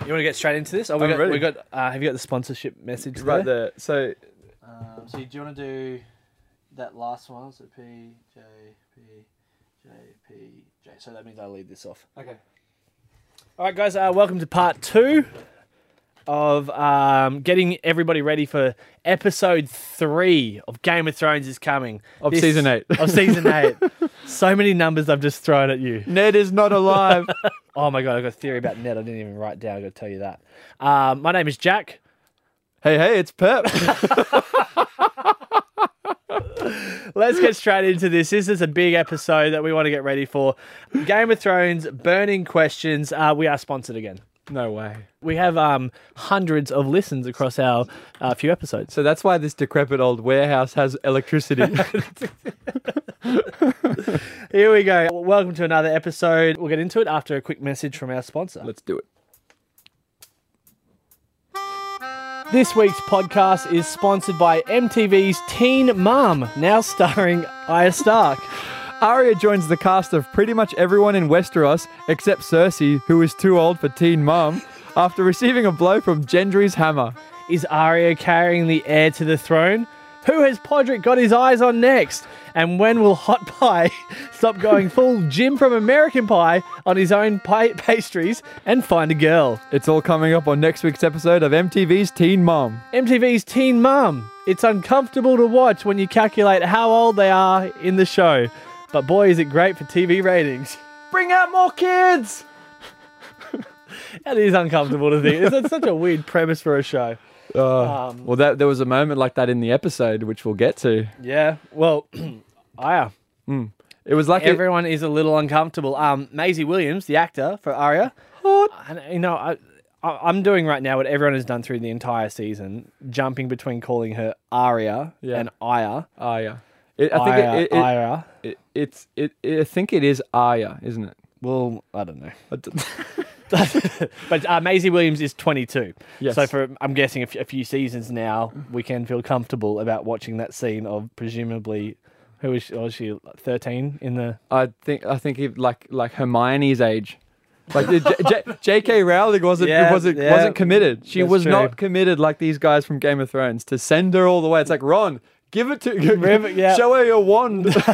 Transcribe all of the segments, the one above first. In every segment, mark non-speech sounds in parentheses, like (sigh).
You want to get straight into this? Oh, we I'm got, ready. we got. Uh, have you got the sponsorship message Right there. So Um, so do you want to do that last one? So P J P J P J. So that means I lead this off. okay. All right, guys. Uh, welcome to part two of um, getting everybody ready for episode three of Game of Thrones is coming Of This- season (laughs) eight. of season eight. so many numbers I've just thrown at you. Ned is not alive. Oh my god, I've got a theory about Ned. I didn't even write down. I got to tell you that. Um, my name is Jack. (laughs) hey, hey, it's Pep. Let's get straight into this. This is a big episode that we want to get ready for. Game of Thrones, burning questions. Uh, we are sponsored again. (laughs) no way. We have um, hundreds of listens across our uh, few episodes. So that's why this decrepit old warehouse has electricity. Here we go. Welcome to another episode. We'll get into it after a quick message from our sponsor. (laughs) Let's do it. This week's podcast is sponsored by MTV's Teen Mum, now starring Aya Stark. Arya joins the cast of pretty much everyone in Westeros except Cersei, who is too old for teen mum, after receiving a blow from Gendry's hammer. Is Arya carrying the heir to the throne? Who has Podrick got his eyes on next? And when will Hot Pie (laughs) stop going full Jim from American Pie on his own pie- pastries and find a girl? It's all coming up on next week's episode of MTV's Teen Mum. MTV's Teen Mum. It's uncomfortable to watch when you calculate how old they are in the show, but boy, is it great for TV ratings. Bring out more kids! (laughs) That is uncomfortable to think. It's, it's such a weird premise for a show. Um, Well, that, there was a moment like that in the episode, which we'll get to. yeah. Well, (clears throat) uh, Aya. It was like it- Everyone is a little uncomfortable. Um, Maisie Williams, the actor for Aria, and you know, I, I, I'm doing right now what everyone has done through the entire season, jumping between calling her Aria Yeah. and Aya. Aya. It, I think Aya, it, it, it, Aya. it- it's it, it. I think it is Aya, isn't it? Well, I don't know. I d- (laughs) but uh, Maisie Williams is 22. Yes. So for I'm guessing a few- a few seasons now, we can feel comfortable about watching that scene of presumably who is she, was she 13 in the I think I think if, like like Hermione's age. Like the J- (laughs) J- J.K. Rowling wasn't Yeah, wasn't yeah. wasn't committed. She That's was true. not committed like these guys from Game of Thrones to send her all the way. It's like Ron, give it to (laughs) Riv- yeah. show her your wand. (laughs)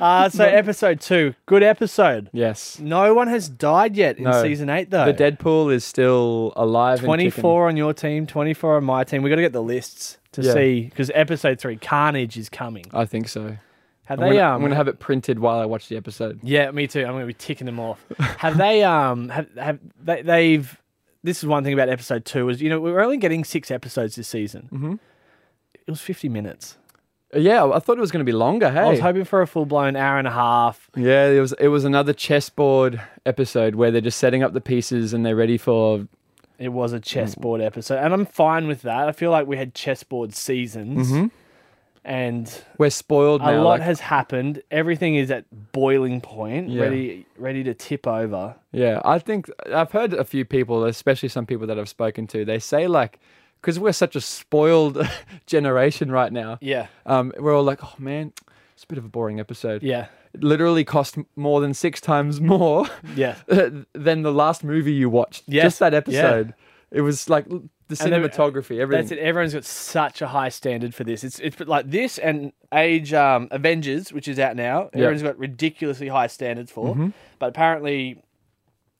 uh, so episode 2, good episode. yes, No one has died yet in No. season 8 though. the Deadpool is still alive. and kicking. 24 on your team, 24 on my team. We got to get the lists to Yeah. see because episode 3 Carnage is coming. I think so. Have I'm they gonna, um I'm gonna have it printed while I watch the episode. Yeah, me too. I'm going to be ticking them off. Have they? (laughs) Um, have have they, they've? This is one thing about episode two is you know we were only getting six episodes this season. Mm-hmm. It was 50 minutes. Yeah, I thought it was gonna be longer. Hey, I was hoping for a full blown hour and a half. Yeah, it was it was another chessboard episode where they're just setting up the pieces and they're ready for It was a chessboard Mm. episode, and I'm fine with that. I feel like we had chessboard seasons, Mm-hmm. and we're spoiled a now. lot like- has happened. Everything is at boiling point, Yeah. ready ready to tip over. yeah, I think uh, I've heard a few people, especially some people that I've spoken to, they say like because we're such a spoiled (laughs) generation right now. Yeah, Um, we're all like, oh man, it's a bit of a boring episode. yeah, It literally cost m- more than six times more (laughs) yeah. than the last movie you watched. Yes, Just that yeah. episode. It was like l- the And then- uh, cinematography, everything. That's it. Everyone's got such a high standard for this. It's it's like this and Age um, Avengers, which is out now. Everyone's got ridiculously high standards for, Mm-hmm. but apparently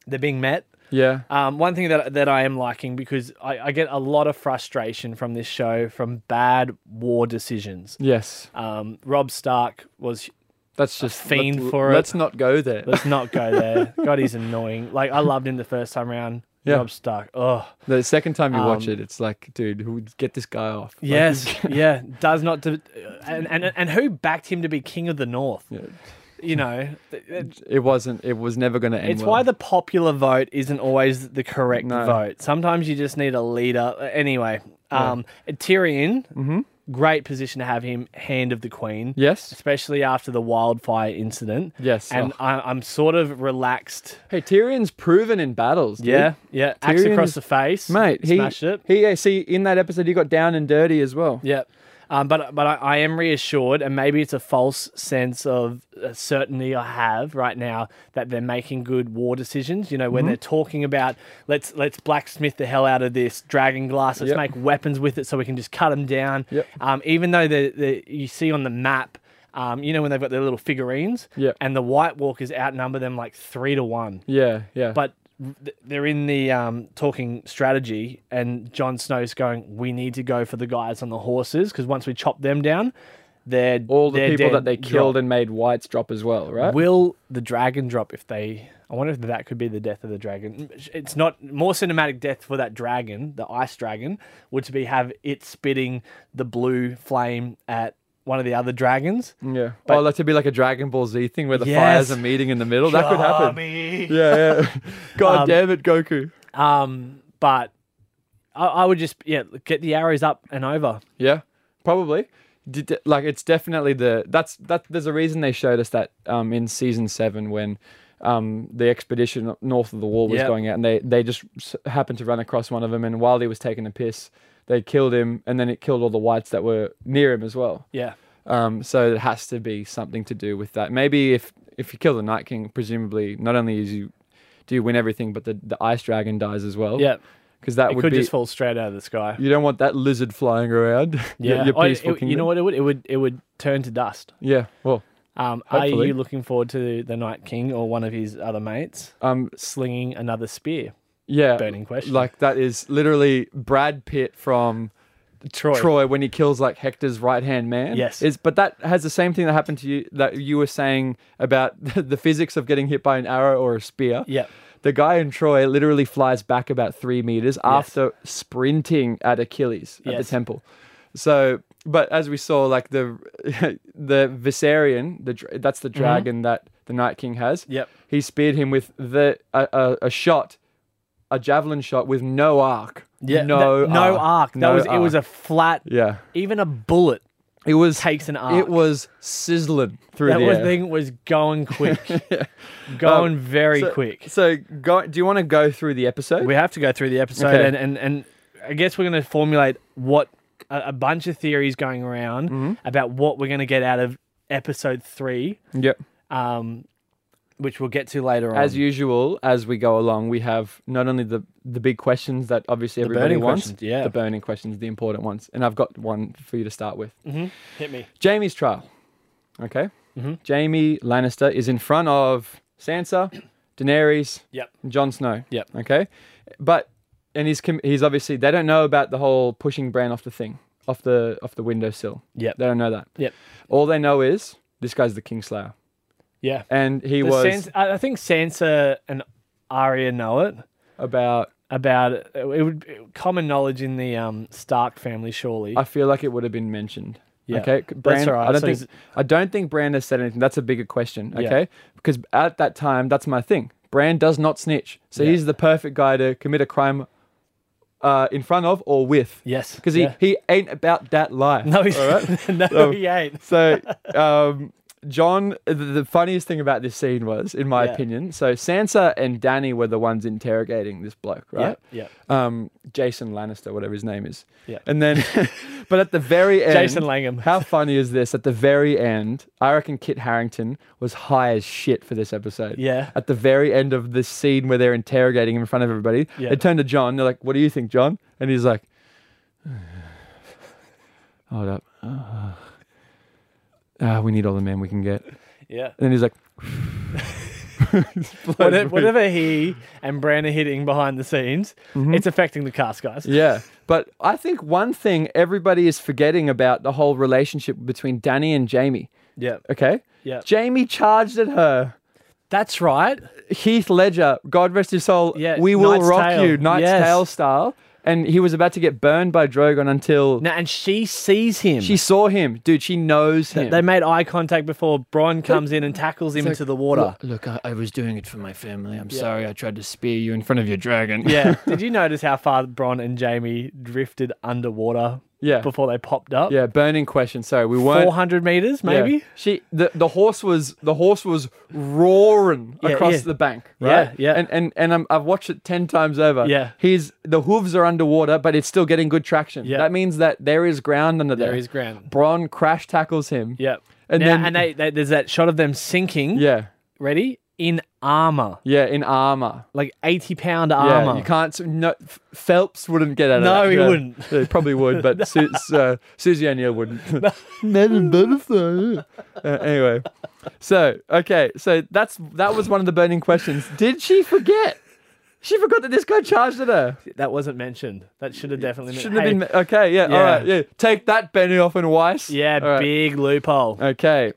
they're being met. Yeah. Um, one thing that that I am liking because I, I get a lot of frustration from this show from bad war decisions. Yes. Um, Rob Stark was That's just fiend let's, for it. Let's not go there. let's not go there. God, he's annoying. Like I loved him the first time around. Yeah. Rob Stark. Oh The second time you watch Um, it, it's like, dude, who would get this guy off? Like, yes, (laughs) yeah. Does not. De- and, and and who backed him to be king of the north? (laughs) yeah, you know, th- th- it wasn't. It was never going to end. it's well. why the popular vote isn't always the correct No. vote. Sometimes you just need a leader. Anyway, um, Tyrion, Mm-hmm. great position to have him, hand of the queen, yes, especially after the wildfire incident. yes. And oh. I, I'm sort of relaxed. hey, Tyrion's proven in battles. dude. Yeah, yeah. Axe across Tyrion's- the face, mate. He uh, Smash it. He yeah, see in that episode, he got down and dirty as well. Yep. Um, but but I, I am reassured, and maybe it's a false sense of uh, certainty I have right now that they're making good war decisions. You know, Mm-hmm. when they're talking about let's let's blacksmith the hell out of this dragon glass, let's Yep. make weapons with it so we can just cut them down. Yep. Um, even though the, the you see on the map. Um, you know when they've got their little figurines, Yep. and the White Walkers outnumber them like three to one Yeah, yeah. but th- they're in the um, talking strategy, and Jon Snow's going, "We need to go for the guys on the horses because once we chop them down, they're all the they're people dead that they killed drop. and made whites drop as well, right? Will the dragon drop if they? I wonder if that could be the death of the dragon. It's not more cinematic death for that dragon, the ice dragon, would be have it spitting the blue flame at one of the other dragons. yeah. oh, like to be like a Dragon Ball Z thing where the Yes. fires are meeting in the middle. That could happen. Kami. Yeah, yeah. (laughs) God Um, damn it, Goku. Um, but I, I would just yeah get the arrows up and over. Yeah, probably. Did, th- like it's definitely the that's that. There's a reason they showed us that um, in season seven when um, the expedition up north of the wall was Yep. going out, and they they just s- happened to run across one of them, and while he was taking a piss, they killed him, and then it killed all the whites that were near him as well. Yeah. Um, so it has to be something to do with that. Maybe if if you kill the Night King, presumably not only is you do you win everything, but the, the ice dragon dies as well. Yeah. because that it would could be just fall straight out of the sky. you don't want that lizard flying around. (laughs) your- your Oh, it- peaceful it- you know kingdom. what it would? It would it would turn to dust. Yeah. Well, Um, are Hopefully. you looking forward to the Night King or one of his other mates um, slinging another spear? yeah. Burning question. Like that is literally Brad Pitt from Troy. Troy when he kills like Hector's right hand man. Yes. Is but that has the same thing that happened to you that you were saying about (laughs) the, physics of getting hit by an arrow or a spear. Yep. The guy in Troy literally flies back about three meters after sprinting at Achilles at the Yes. temple. So, but as we saw, like the (laughs) the Viserion, the dra- that's the Mm-hmm. dragon that the Night King has. Yep. He speared him with the a, a, a shot, a javelin shot with no arc. No. That- no arc. That no was it. Was a arc. flat. yeah. Even a bullet It was takes an arc. it was sizzling through that the was air. thing was going quick, (laughs) going very Um, so, quick. So, go, do you want to go through the episode? We have to go through the episode, Okay. and, and and I guess we're going to formulate what a, a bunch of theories going around Mm-hmm. about what we're going to get out of episode three, yep. um, which we'll get to later As on. usual, as we go along, we have not only the the big questions that obviously everybody burning wants, questions, yeah. the burning questions, the important ones, and I've got one for you to start with. Hit me. Jamie's trial. Okay. Mm-hmm. Jamie Lannister is in front of Sansa, (clears throat) Daenerys, Yep. Jon Snow. Yep. Okay. But and he's com- he's obviously they don't know about the whole pushing Bran off the thing, off the off the windowsill. Yep. They don't know that. Yep. All they know is this guy's the Kingslayer, Yeah. and The he was Sans- I I think Sansa and Arya know it about. about it would common knowledge in the um, Stark family, surely. I feel like it would have been mentioned. Yeah. Okay. That's Bran, all right. I don't So think is- I don't think Bran has said anything. That's a bigger question. Yeah. Okay. Because at that time, that's my thing. Bran does not snitch, so he's the perfect guy to commit a crime uh, in front of or with. yes. Because he, yeah. (laughs) he ain't about that life. no, he's all (laughs) right? no, So- he ain't. (laughs) So, um, John, the, the funniest thing about this scene was, in my Yeah. opinion, so Sansa and Danny were the ones interrogating this bloke, right? Yeah. Um, Jason Lannister, whatever his name is. Yeah. And then, (laughs) but at the very end, (laughs) Jason (laughs) Langham. How funny is this? At the very end, I reckon Kit Harrington was high as shit for this episode. Yeah. At the very end of this scene where they're interrogating him in front of everybody, Yeah. they turn to John. They're like, "What do you think, John?" And he's like, (sighs) "Hold up." Ah, we need all the men we can get. And Yeah. then he's like, Whatever, whatever he and Bran are hitting behind the scenes, it's affecting the cast, guys. Mm-hmm. Yeah. But I think one thing everybody is forgetting about the whole relationship between Danny and Jamie. Yeah. Okay? Yeah. Jamie charged at her. That's right. Heath Ledger, God rest his soul, Yeah, we will Knight's rock Tale. you, Knight's Yes. Tale style. And he was about to get burned by Drogon until Now, and she sees him. she saw him. Dude, she knows him. they made eye contact before Bron comes in and tackles him into the water. Look, I, I was doing it for my family. I'm sorry I tried to spear (laughs) you in front of your dragon. Yeah. Did you notice how far Bron and Jamie drifted underwater (laughs) Yeah. before they popped up. Yeah, burning question. Sorry, we weren't. 400 meters, yeah. maybe. she the, the horse was the horse was roaring Yeah, across yeah. the bank. Yeah, Right? yeah. And and and i I've watched it ten times over. Yeah. he's the hooves are underwater, but it's still getting good traction. Yeah. that means that there is ground under there. There is ground. Bron crash tackles him. Yep. And And then- then and they, they, there's that shot of them sinking. yeah, Ready in armor, yeah, in armor. like 80 pound Yeah, armor. you can't. No, F- Phelps wouldn't get out of No, that. he Yeah. wouldn't. He probably (laughs) would, but Su- uh, Susie O'Neill wouldn't. (laughs) Madam Butterfly. Uh, anyway, so okay, so that's that was one of the burning questions. Did she forget? She forgot that this guy charged at her. that wasn't mentioned. That should have definitely been- Shouldn't hey, have been. Okay, yeah, all Yeah. right, yeah. Take that, Benioff and Weiss. Yeah, All right. Uh, big loophole. Okay.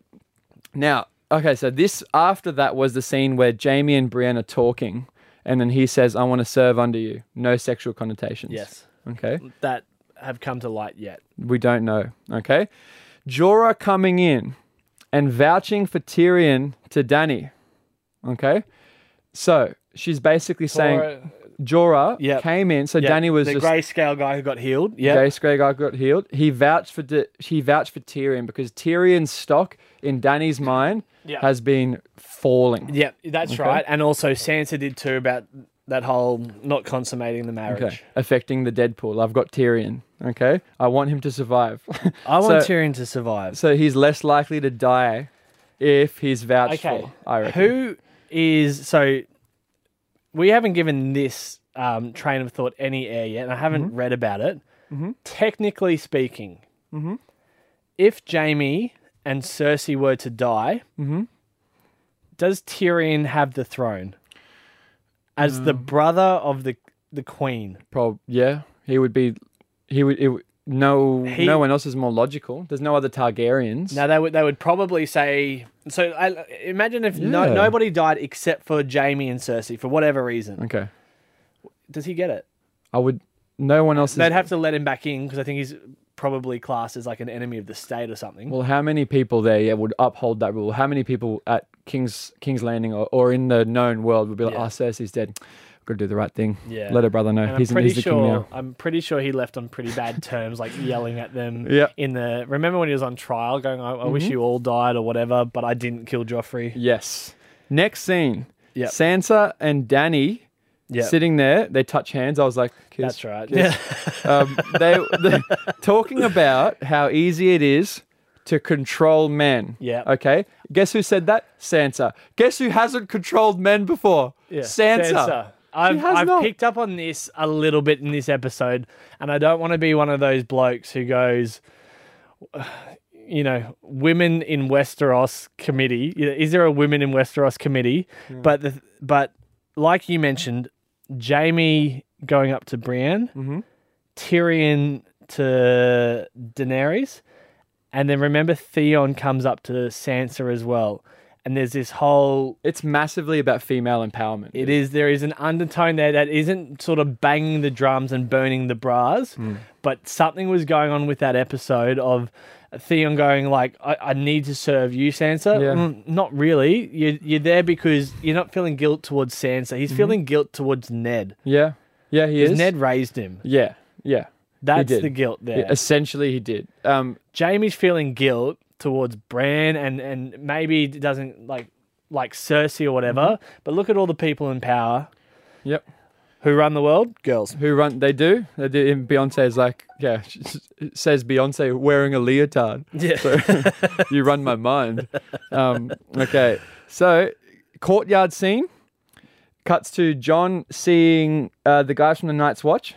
Now, okay, so this after that was the scene where Jamie and Brienne are talking, and then he says, I want to serve under you. No sexual connotations. Yes. Okay. That have come to light yet. We don't know. Okay. Jorah coming in and vouching for Tyrion to Danny. Okay. So she's basically saying Jorah Yep. came in. So Yeah, Danny was the just grayscale guy who got healed. Yeah. Jace Grey guy got healed. He vouched for D- he vouched for Tyrion because Tyrion's stock in Danny's mind Yeah. has been falling. Yep, that's right. And also Sansa did too about that whole not consummating the marriage. Okay. Affecting the Deadpool. I've got Tyrion. Okay. I want him to survive. (laughs) I want so, Tyrion to survive. so he's less likely to die if he's vouched Okay. for. I reckon. Who is so we haven't given this um, train of thought any air yet, and I Mm-hmm. haven't read about it. Technically speaking, Mm-hmm. if Jamie and Cersei were to die, Mm-hmm. does Tyrion have the throne as Um, the brother of the the queen? Prob yeah, he would be. He would. It, would- no, He- no one else is more logical. There's no other Targaryens. Now they would they would probably say so. I, imagine if Yeah. no, nobody died except for Jamie and Cersei for whatever reason. okay, Does he get it? I would. No one else is. They'd have to let him back in because I think he's probably classed as like an enemy of the state or something. well, how many people there yeah, would uphold that rule? How many people at King's King's Landing or, or in the known world would be like, Yeah. "Ah, oh, Cersei's dead. Gotta do the right thing. Yeah. Let her brother know. And I'm he's pretty he's the king sure now." I'm pretty sure he left on pretty bad terms, like yelling at them. (laughs) Yeah. Mm-hmm. In the remember when he was on trial, going, "I, I wish you all died" or whatever, but I didn't kill Joffrey. Yes. Next scene. Yep. Sansa and Danny Yeah. sitting there. They touch hands. I was like, kiss, That's right. kiss. um, they, they talking about how easy it is to control men. Yeah. Okay. Guess who said that? Sansa. Guess who hasn't controlled men before? Yeah. Sansa. I've, has I've not. picked up on this a little bit in this episode, and I don't want to be one of those blokes who goes, (sighs) you know, women in Westeros committee. You know, Is there a women in Westeros committee? Hmm. But the, but like you mentioned, Jamie going up to Brienne, Mm-hmm. Tyrion to Daenerys, and then remember Theon comes up to Sansa as well. And there's this whole It's massively about female empowerment. it is. There is an undertone there that isn't sort of banging the drums and burning the bras, Hmm. but something was going on with that episode of Theon going like, "I, I need to serve you, Sansa." Yeah. Mm, not really. You're you're there because you're not feeling guilt towards Sansa. He's feeling guilt towards Ned. yeah. Yeah, Mm-hmm. he is. Because Ned raised him. yeah. Yeah. That's did. the guilt there. Essentially, he did. Um, Jamie's feeling guilt towards Bran and and maybe it doesn't like like Cersei or whatever. But look at all the people in power Mm-hmm. yep. who run the world, girls. who run they do they do and beyonce's like yeah (laughs) she s- says beyonce wearing a leotard yeah you run my mind um, okay so courtyard scene cuts to john seeing uh, the guys from the night's watch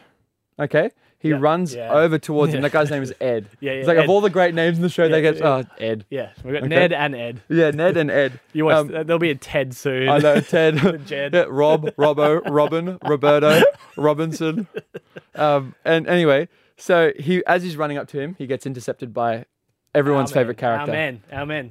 okay he runs Yeah. over towards him that (laughs) guy's name is ed (laughs) Yeah, yeah, it's like Ed. of all the great names in the show they Yeah, get yeah. oh ed Yeah, we've got Ned and Ed. yeah ned and ed (laughs) You watch, Um, there'll be a Ted soon. I know Ted, (laughs) Jed. Yeah, Rob, Robbo, Robin, Roberto, Robinson. Um, and anyway, so he as he's running up to him, he gets intercepted by everyone's favorite character, Our man, our man.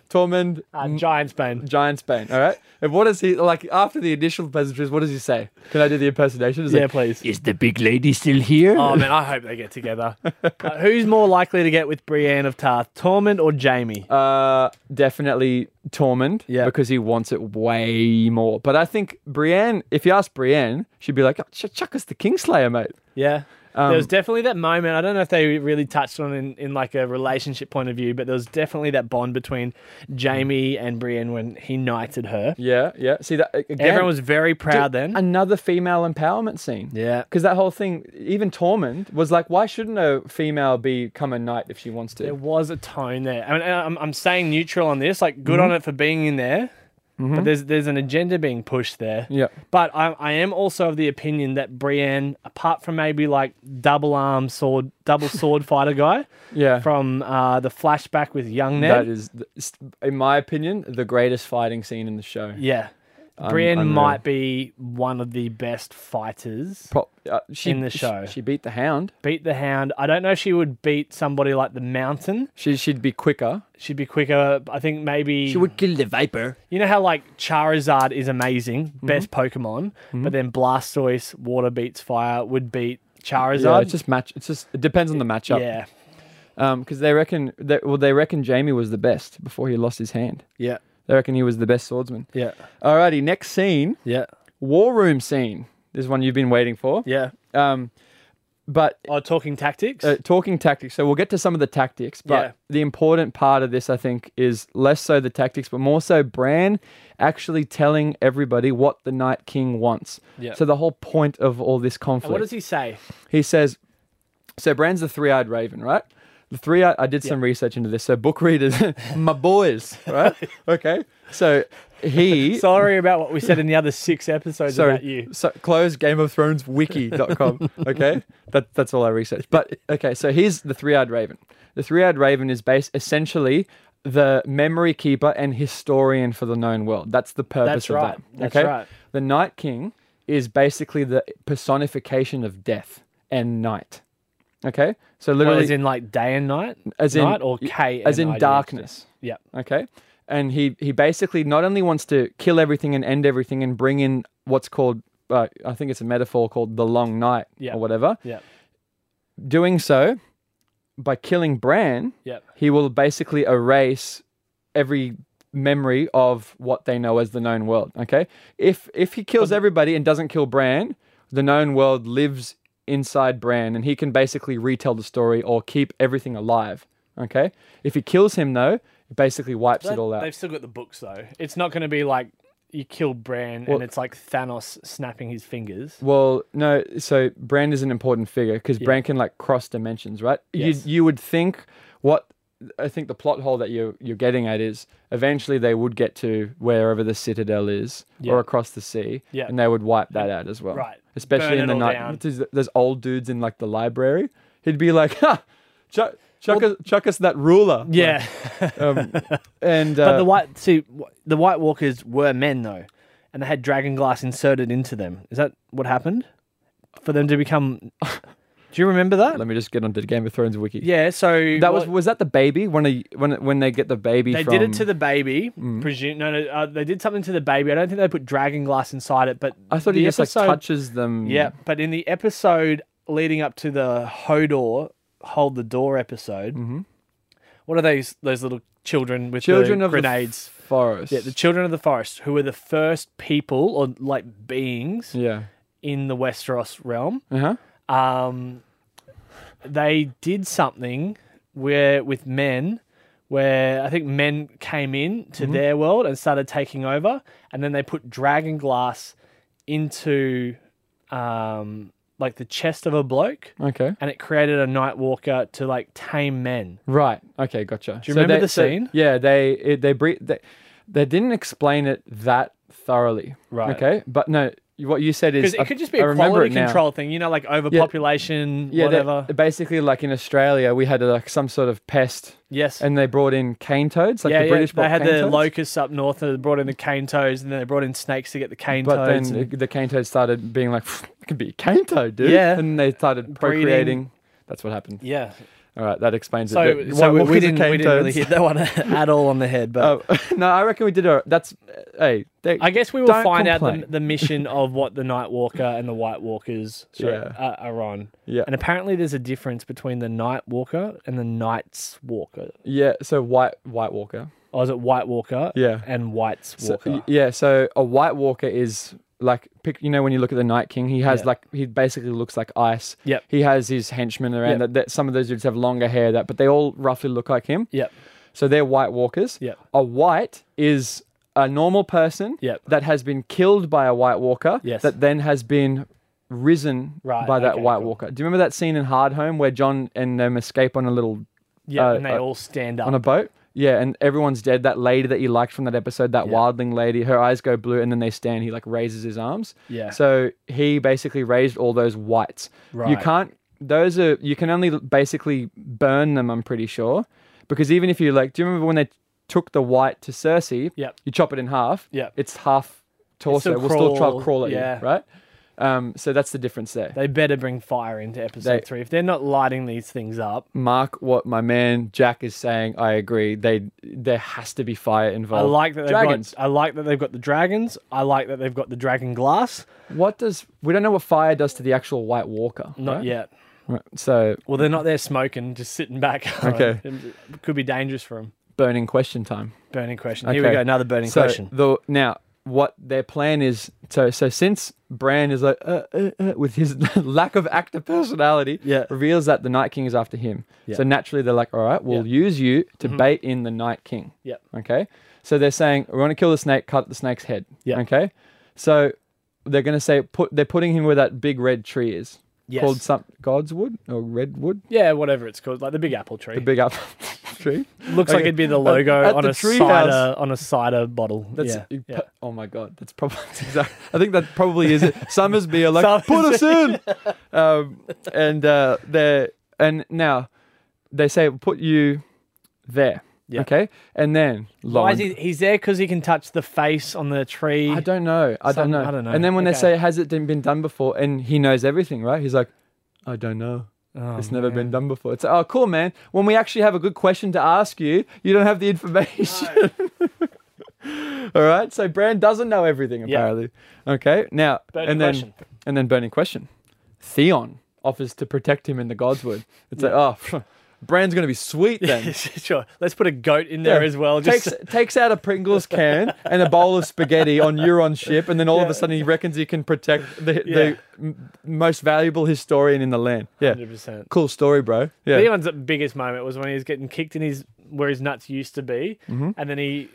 Tormund. Tormund, Uh, Giant's Bane. Giantsbane. All right. And what does he like after the initial pleasantries? What does he say? Can I do the impersonation? He's Yeah, like, please. Is the big lady still here? Oh man, I hope they get (laughs) together. Uh, who's more likely to get with Brienne of Tarth, Tormund or Jamie? Uh, definitely Tormund. Yeah. Because he wants it way more. But I think Brienne, if you ask Brienne, she'd be like, "Oh, ch- chuck us the Kingslayer, mate. Yeah, Um, there was definitely that moment. I don't know if they really touched on it in, in like a relationship point of view, but there was definitely that bond between Jamie and Brienne when he knighted her. yeah, yeah. See that a- again. Everyone was very proud d- then. Another female empowerment scene. yeah. Because that whole thing, even Tormund was like, why shouldn't a female become a knight if she wants to? There was a tone there. I mean, and I'm, I'm saying neutral on this. Like, good Mm-hmm. on it for being in there. But there's there's an agenda being pushed there. Yeah. But I, I am also of the opinion that Brienne, apart from maybe like double arm sword, double (laughs) sword fighter guy Yeah. from uh, the flashback with young Ned. that is, th- s- in my opinion, the greatest fighting scene in the show. yeah. Brienne unreal. might be one of the best fighters. Pro- uh, she, In the sh- show. She, beat the hound. Beat the Hound. I don't know if she would beat somebody like the Mountain. She, she'd be quicker. She'd be quicker. I think maybe. She would kill the viper. You know how like Charizard is amazing, best Mm-hmm. Pokemon, but then Blastoise, Water beats Fire would beat Charizard. Yeah, it's just match. It's just it depends on the matchup. yeah, because they reckon they, well they reckon Jamie was the best before he lost his hand. yeah, They reckon he was the best swordsman. yeah, Alrighty, next scene, yeah, war room scene. This is one you've been waiting for. yeah. Um, but Oh, talking tactics. uh, talking tactics. So we'll get to some of the tactics, but Yeah. the important part of this, I think, is less so the tactics, but more so Bran actually telling everybody what the Night King wants. Yeah. So the whole point of all this And conflict. what does he say? He says, so Bran's the three eyed raven, right? The three eyed, I did some research into this. So, book readers, (laughs) my boys, (laughs) right? Okay. So, he. Sorry about what we said in the other (laughs) six episodes about you. So, close Game of (laughs) Thrones wiki.com. Okay. that, that's all I researched. But, okay. So, here's the three eyed raven. The three eyed raven is based essentially the memory keeper and historian for the known world. That's the purpose That's of right. that. That's okay? right. The Night King is basically the personification of death and night. Okay? So, Well, literally as in like day and night, as in night or K as in and I D? darkness. Yeah, Okay, and he he basically not only wants to kill everything and end everything and bring in what's called uh, I think it's a metaphor called the long night Yeah. or whatever. yeah, Doing so by killing Bran, yeah. he will basically erase every memory of what they know as the known world. Okay, if if he kills everybody and doesn't kill Bran, the known world lives inside Bran, and he can basically retell the story or keep everything alive. Okay, if he kills him though, it basically wipes it all out. They've still got the books though. It's not going to be like you killed Bran Well- and it's like Thanos snapping his fingers. Well, no. So Bran is an important figure because Yeah. Bran can like cross dimensions, right? Yes. You you would think what I think the plot hole that you you're getting at is eventually they would get to wherever the citadel is Yeah. or across the sea, Yeah. and they would wipe that out as well, Right. Especially Burn in it the all night. down. There's, there's old dudes in like the library. He'd be like, ha, chuck, chuck, us, chuck us that ruler. (laughs) Yeah. (laughs) Um, and uh, But the white see wh- the White Walkers were men though, and they had dragon glass inserted into them. Is that what happened for them to (laughs) become? Do you remember that? let me just get onto the Game of Thrones wiki. Yeah. So That was what- was that the baby when they when when they get the baby they from Mm. did it to the baby. Presume no, no uh, they did something to the baby. I don't think they put dragon glass inside it, but I thought he the just episode- like touches them. Yeah, but in the episode leading up to the Hodor hold the door episode, what are those those little children with Mm-hmm. Children the of grenades? the f- forest. yeah, the children of the forest, who were the first people or like beings yeah. in the Westeros realm. Uh huh. Um, they did something where with men, where I think men came in to their world and started taking over, and then they put dragon glass into um, like the chest of a bloke, Okay. and it created a night walker to like tame men. Right. Okay. Gotcha. Do you remember the scene? yeah. They it, they bre- they they didn't explain it that thoroughly. Right. Okay. But no, what you said is Because I- it could just be I a remember quality it now. control thing, you know, like overpopulation, Yeah. they- whatever. basically, like in Australia, we had like some sort of pest, yes. and they brought in cane toads, like yeah, the British yeah. They brought had cane the toads, locusts up north and they brought in the cane toads and then they brought in snakes to get the cane But toads. then and- the- the cane toad started being like, "It could be a cane toad, dude." Yeah. And they started procreating. That's what happened. yeah. All right, that explains it. So, But so what- we, what is a didn't, cane we didn't really toads? hit that one (laughs) at all on the head, but (laughs) Oh, no, I reckon we did. All right. That's hey. They, I guess we will don't find out complain. the, the (laughs) mission of what the Night Walker and the White Walkers sorry, Yeah. uh, are on. Yeah. And apparently, there's a difference between the Night Walker and the Night's Walker. yeah. So white White Walker. Or is it White Walker? Yeah. And White's So, Walker. yeah. So a White Walker is like pick you know when you look at the Night King, he has Yeah. like he basically looks like ice. Yep. He has his henchmen around Yep. that, that some of those dudes have longer hair that but they all roughly look like him. Yep. So they're white walkers. Yep. A white is a normal person Yep. that has been killed by a white walker Yes. that then has been risen Right, by that okay, white cool. walker. Do you remember that scene in Hard Home where John and them escape on a little Yeah, Uh, and they uh, all stand up. on a boat? Yeah, and everyone's dead. That lady that you liked from that episode, that wildling lady, her eyes go blue and then they stand. He like raises his arms. Yeah. So he basically raised all those whites. You Right. can't, those are, you can only basically burn them, I'm pretty sure. Because even if you like, do you remember when they took the white to Cersei? Yep. You chop it in half. Yep. It's half torso. still We'll still try to crawl, crawl at yeah. you, right? Um, so that's the difference there. they better bring fire into episode They- three. If they're not lighting these things up, Mark, what my man Jack is saying, I agree. They there has to be fire I involved. like that they've dragons. got. I like that they've got the dragons. I like that they've got the dragon glass. What does we don't know what fire does to the actual White Walker? Not right? yet. Right, So Well, they're not there smoking, just sitting back. (laughs) Okay. It could be dangerous for them. burning question time. Burning question. Here we Okay. go. Another burning so question. The, now what their plan is? So so since Bran is like uh, uh, uh, with his (laughs) lack of actor personality, Yeah. reveals that the Night King is after him. So naturally they're like, all right, we'll use you to Mm-hmm. bait in the Night King. Yep. Okay. So they're saying we want to kill the snake, cut the snake's head. Yeah. Okay. So they're gonna say put they're putting him where that big red tree is. Yes. Called some God's wood or redwood. Yeah, whatever it's called, like the big apple tree. The big up (laughs) tree. Looks like okay. it'd be the logo at on the a tree cider house. on a cider bottle. That's yeah. you yeah. pu- oh my god. That's probably (laughs) that's exact. I think that probably is it. Summersby are like put us in, um, and uh, they and now they say we'll put you there. Yeah. Okay, and then lo Why is and- he? He's there because he can touch the face on the tree. I don't know. I Some- don't know. I don't know. And then when Okay. they say has it been done before, and he knows everything, right? He's like, I don't know. Oh, it's never been done before. It's like, oh, cool, man. When we actually have a good question to ask you, you don't have the information. (laughs) All right. So Brand doesn't know everything Yeah. apparently. Okay. Now Burning and then question. (laughs) and then burning question. Theon offers to protect him in the Godswood. It's like, oh, (laughs) Brand's gonna be sweet (laughs) then. sure. Let's put a goat in there Yeah. as well. Just takes takes out a (laughs) Pringles can and a bowl of spaghetti on Euron's ship, and then all of a sudden he reckons he can protect the, Yeah. the m- most valuable historian in the land. Yeah, 100%. cool story, bro. Yeah, Leon's biggest moment was when he was getting kicked in his where his nuts used to be, Mm-hmm. and then he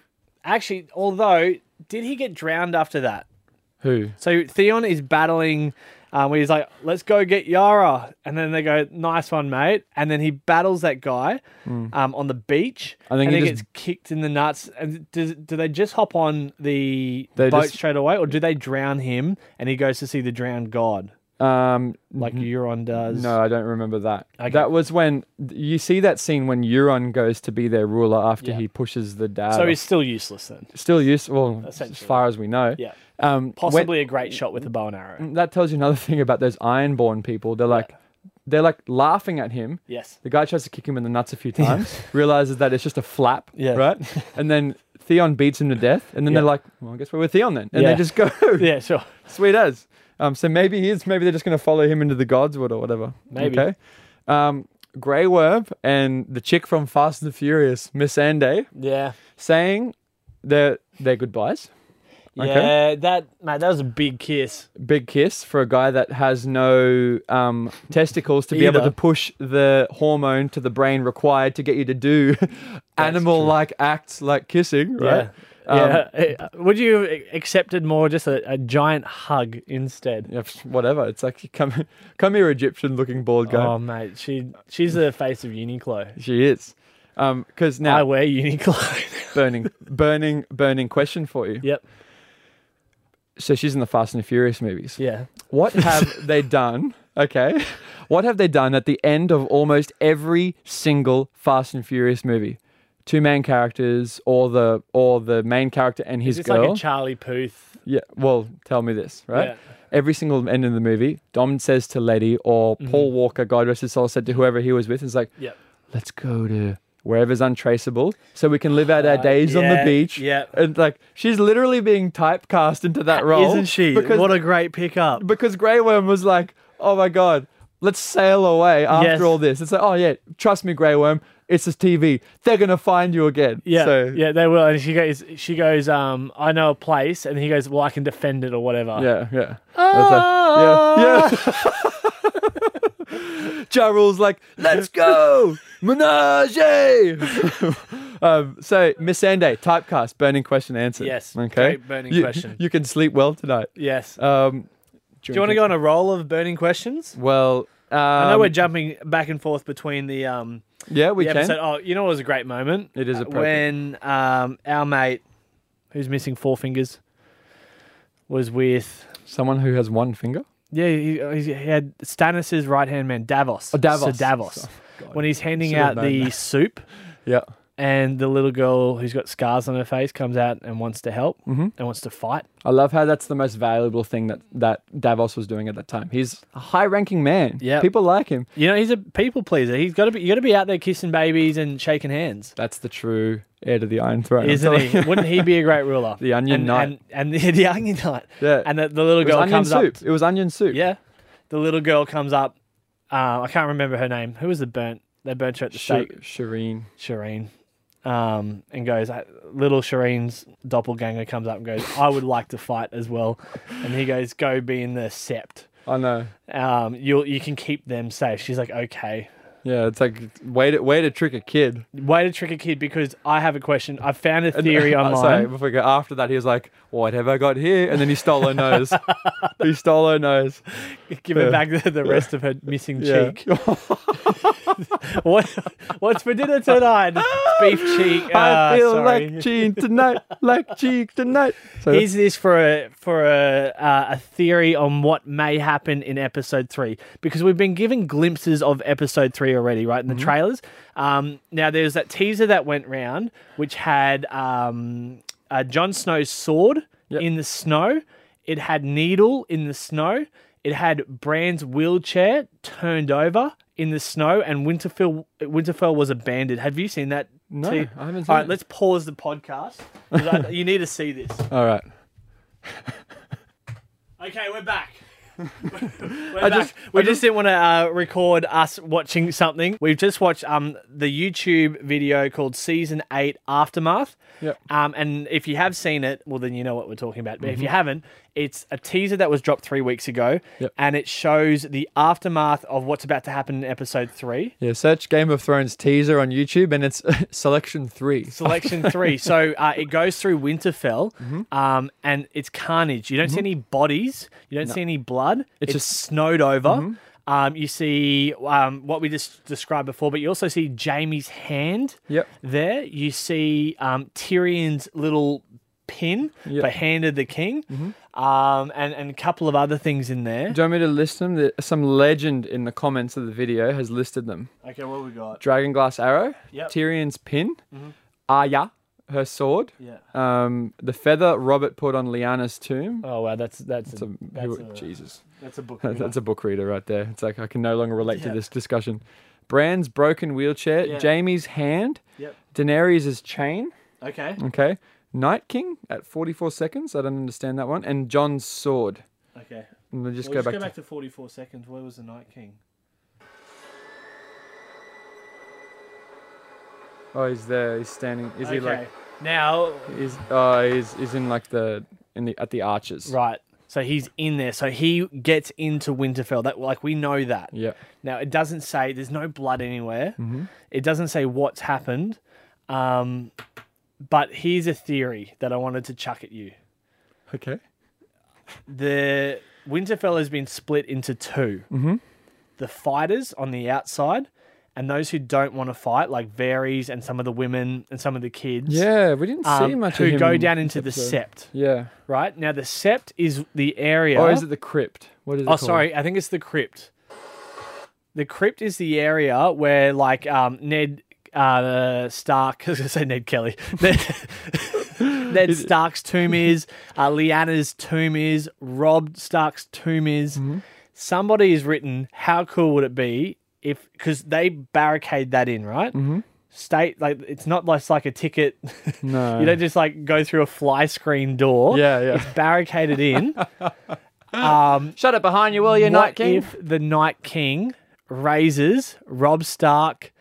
actually, although did he get drowned after that? who? So Theon is battling. Um, where he's like, "Let's go get Yara," and then they go, "Nice one, mate." And then he battles that guy um, on the beach, Hmm. I think and he he just- gets kicked in the nuts. And does, do they just hop on the They boat just- straight away, or do they drown him and he goes to see the drowned god Um, like Euron does? no, I don't remember that. Okay. That was when you see that scene when Euron goes to be their ruler after Yeah. he pushes the dad. so off. he's still useless then. still useful, as Essentially. far as we know. Yeah. Um, when- Mm. Possibly a great shot with a bow and arrow. that tells you another (laughs) thing about those Ironborn people. They're like, they're like laughing at him. Yes. The guy tries to kick him in the nuts a (laughs) few times, realizes that it's just a flap, Yeah. right? And (laughs) then Theon beats him to death, and then they're like, "Well, I guess we're with Theon then," and Yeah. they just go, (laughs) Yeah, sure. "Sweet as." Um, so maybe he is. Maybe they're just going to follow him into the Godswood or whatever. Maybe. Okay. Um, Grey Worm and the chick from Fast and the Furious, Miss Ande, Yeah. saying their their goodbyes. Yeah, Okay. that mate, that was a big kiss. big kiss for a guy that has no um, testicles to be able Either. to push the hormone to the brain required to get you to do (laughs) animal like acts like kissing, right? Um, yeah. Uh, Would you have accepted more just a, a giant hug instead? yeah, pff, Whatever. It's like come, (laughs) come here, Egyptian-looking bald guy. Oh mate, she she's the face of Uniqlo. she is. Because now, I wear Uniqlo. (laughs) burning, (laughs) burning, burning question for you. yep. So she's in the Fast and the Furious movies. Yeah. What have they done? (laughs) Okay. What have they done at the end of almost every single Fast and Furious movie? Two main characters or the or the main character and his Just girl. like a Charlie Puth. yeah. Well, tell me this, right? Yeah. Every single end of the movie, Dom says to Letty or Paul Walker, God rest his soul, said to whoever he was with, is like, Yep. let's go to wherever's untraceable so we can live out our days on the yeah, beach. yeah. And like she's literally being typecast into that role. Isn't she? Because what a great pickup. because Grey Worm was like, "Oh my god, Let's sail away after Yes. all this. It's like, oh yeah, trust me, Grey Worm. It's this TV. They're gonna find you again. Yeah, So, yeah, they will. And she goes, she goes, um, I know a place, and he goes, well, I can defend it or whatever. Yeah, yeah. I was like, yeah, yeah. (laughs) ja Rule's like, let's go, menage. (laughs) um, so, Miss Ande, typecast, burning question answered. Yes, Okay. great burning You- question. You can sleep well tonight. (laughs) Yes. Um, Do you want to go on a roll of burning questions? Well, um, I know we're jumping back and forth between the um yeah, we the can. episode. Oh, you know what was a great moment? It is Uh, appropriate. when um our mate, who's missing four fingers, was with Someone who has one finger. yeah he, he had Stannis's right hand man Davos. Oh, Davos. Sir Davos. Oh, God. when he's handing Should have out known the (laughs) that. soup. Yeah. And the little girl who's got scars on her face comes out and wants to help Mm-hmm. and wants to fight. I love how that's the most valuable thing that, that Davos was doing at that time. He's a high ranking man. Yeah. People like him. You know, he's a people pleaser. He's got to be. You got to be out there kissing babies and shaking hands, That's the true heir to the Iron Throne. I'm isn't telling you. he? Wouldn't he be a great ruler? (laughs) The Onion and, Knight. and, (laughs) and the, the onion knight. Yeah. And the, the little It was girl onion comes soup. up. It was onion soup. Yeah, the little girl comes up. Uh, I can't remember her name. Who was the burnt? They burnt her at the Sh- stake. Shireen. Shireen. Um, and goes, uh, little Shireen's doppelganger comes up and goes, I would like to fight as well. And he goes, go be in the sept. I know. Um, you'll, you can keep them safe. She's like, okay. Yeah, it's like way to way to trick a kid. Way to trick a kid because I have a question. I found a theory Uh, online. (laughs) (laughs) Sorry, before we go, after that, he was like, "What have I got here?" And then he stole (laughs) her nose. he stole her nose. Give her back the, the rest of her missing (laughs) Yeah. cheek. (laughs) What, what's for dinner (laughs) tonight? It's (laughs) beef cheek. Ah, I feel sorry. like cheek tonight, like cheek tonight. So Here's this for a for a uh, a theory on what may happen in episode three because we've been given glimpses of episode three already, right? In Mm-hmm. the trailers. Um, now there's that teaser that went round which had um, uh, Jon Snow's sword Yep. in the snow. It had Needle in the snow. It had Bran's wheelchair turned over in the snow, and Winterfell Winterfell was abandoned. Have you seen that? No, te- I haven't All seen right, it. let's pause the podcast. 'cause I- you need to see this. all right. Okay, we're (laughs) back. we're I back. just- we I just, just- didn't want to uh, record us watching something. We've just watched um the YouTube video called Season Eight Aftermath. Yep. Um, and if you have seen it, well, then you know what we're talking about. But if you haven't, it's a teaser that was dropped three weeks ago, Mm-hmm. Yep. and it shows the aftermath of what's about to happen in episode three. Yeah, search Game of Thrones teaser on YouTube, and it's (laughs) selection three. Selection three. So uh, it goes through Winterfell, Mm-hmm. um, and it's carnage. You don't see any bodies. You don't see any blood. It's, just just- Mm-hmm. snowed over. Um, you see um, what we just described before, but you also see Jamie's hand Yep. there. You see um, Tyrion's little pin, Yep. but handed the king, Mm-hmm. um, and and a couple of other things in there. Do you want me to list them? The- Some legend in the comments of the video has listed them. Okay, what we got? Dragonglass arrow, Yep. Mm-hmm. Tyrion's pin, Arya, her sword, Yeah. um, the feather Robert put on Lyanna's tomb. Oh wow, that's that's, It's a- who- a- Jesus, That's a book. That- (laughs) that's a book reader right there. It's like I can no longer relate to this discussion. Bran's broken wheelchair, Yeah. Jamie's hand, Yep. Daenerys' chain. Okay. Okay, Night King at 44 seconds. I don't understand that one. And John's sword. Okay. And we'll just Well, go back. go back to- to 44 seconds. Where was the Night King? oh, he's there. He's standing. Is he like? now Is oh, he's, he's in like the in the at the arches. right. So he's in there. So he gets into Winterfell. That like we know that. Yeah. Mm-hmm. Now it doesn't say there's no blood anywhere. It doesn't say what's happened. Um, but here's a theory that I wanted to chuck at you. Okay. The Winterfell has been split into 2 Mm-hmm. The fighters on the outside, and those who don't want to fight, like Varys and some of the women and some of the kids. Yeah, we didn't um, see much who of him go in down this into the episode. sept, Yeah. right? Now the sept is the area. Or is it the crypt? What is it? Oh, called? sorry. I think it's the crypt. The crypt is the area where, like, um, Ned uh, Stark. (laughs) I was going to say Ned Kelly. Ned, (laughs) Ned Stark's tomb is. Uh, Lyanna's tomb is. Rob Stark's tomb is. Mm-hmm. Somebody has written, "How cool would it be if?" Because they barricade that in, right? Mm-hmm. State like it's not just like a ticket. (laughs) No. you don't just like go through a fly screen door Yeah, yeah. (laughs) barricaded in. Um, Shut it behind you, will you, Night what King? if the Night King raises Rob Stark?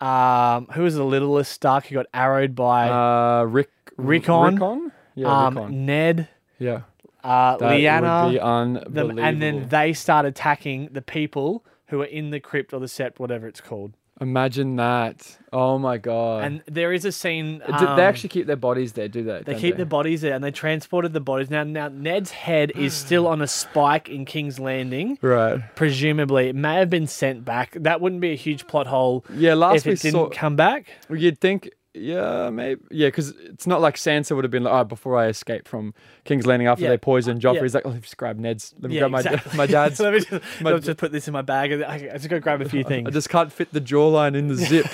Um, who was the littlest Stark who got arrowed by uh, Rick. Rickon. Rickon? Yeah, um, Rickon. Ned, Yeah. uh, That would Lyanna, be them, unbelievable. and then they start attacking the people who are in the crypt or the sept, whatever it's called. imagine that. Oh my god. And there is a scene. D- um, they actually keep their bodies there, do they? They Don't keep the bodies there, and they transported the bodies. Now, now Ned's head (gasps) is still on a spike in King's Landing. right. Presumably, it may have been sent back. That wouldn't be a huge plot hole Yeah, last if we it didn't saw, come back. you'd think, yeah, maybe, yeah, because it's not like Sansa would have been like, oh, before I escape from King's Landing after Yeah. they poisoned Joffrey, Yeah. he's like, oh, let me just grab Ned's, let me yeah, grab my exactly. (laughs) my dad's. (laughs) let me just, my I'll d- just put this in my bag. and I, I just go grab a few things. (laughs) I just can't fit the jawline in (laughs) the zip.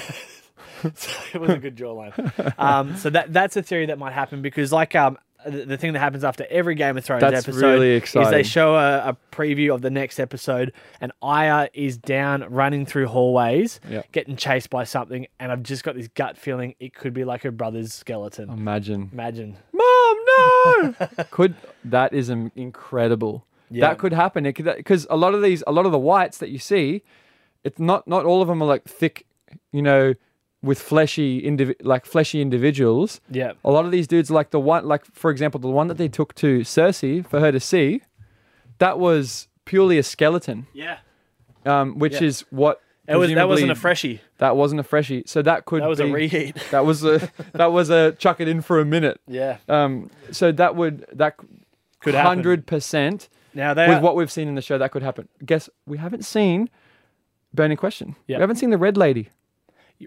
So (laughs) it was a good (laughs) jawline. Um, so that that's a theory that might happen because, like, um, the, the thing that happens after every Game of Thrones That's episode really is they exciting. show a, a preview of the next episode, and Aya is down running through hallways, Yeah. getting chased by something, and I've just got this gut feeling it could be like her brother's skeleton. Um, Imagine, Imagine. mom, (laughs) no. could that is im- incredible. Yeah. That could happen. It could because a lot of these, a lot of the whites that you see, it's not not all of them are like thick, you know, with fleshy indivi- like fleshy individuals. Yeah. A lot of these dudes, like the one, like for example, the one that they took to Cersei for her to see, that was purely a skeleton, Yeah. um, which Yeah. is what That was that wasn't a presumably- freshie. That wasn't a freshie. So that could That was a be- reheat. (laughs) That was a that was a chuck it in for a minute. Yeah. Um, so that would that Could happen. hundred percent Now they with are- what we've seen in the show that could happen. Guess we haven't seen. Burning question. Yeah. We haven't seen the red lady.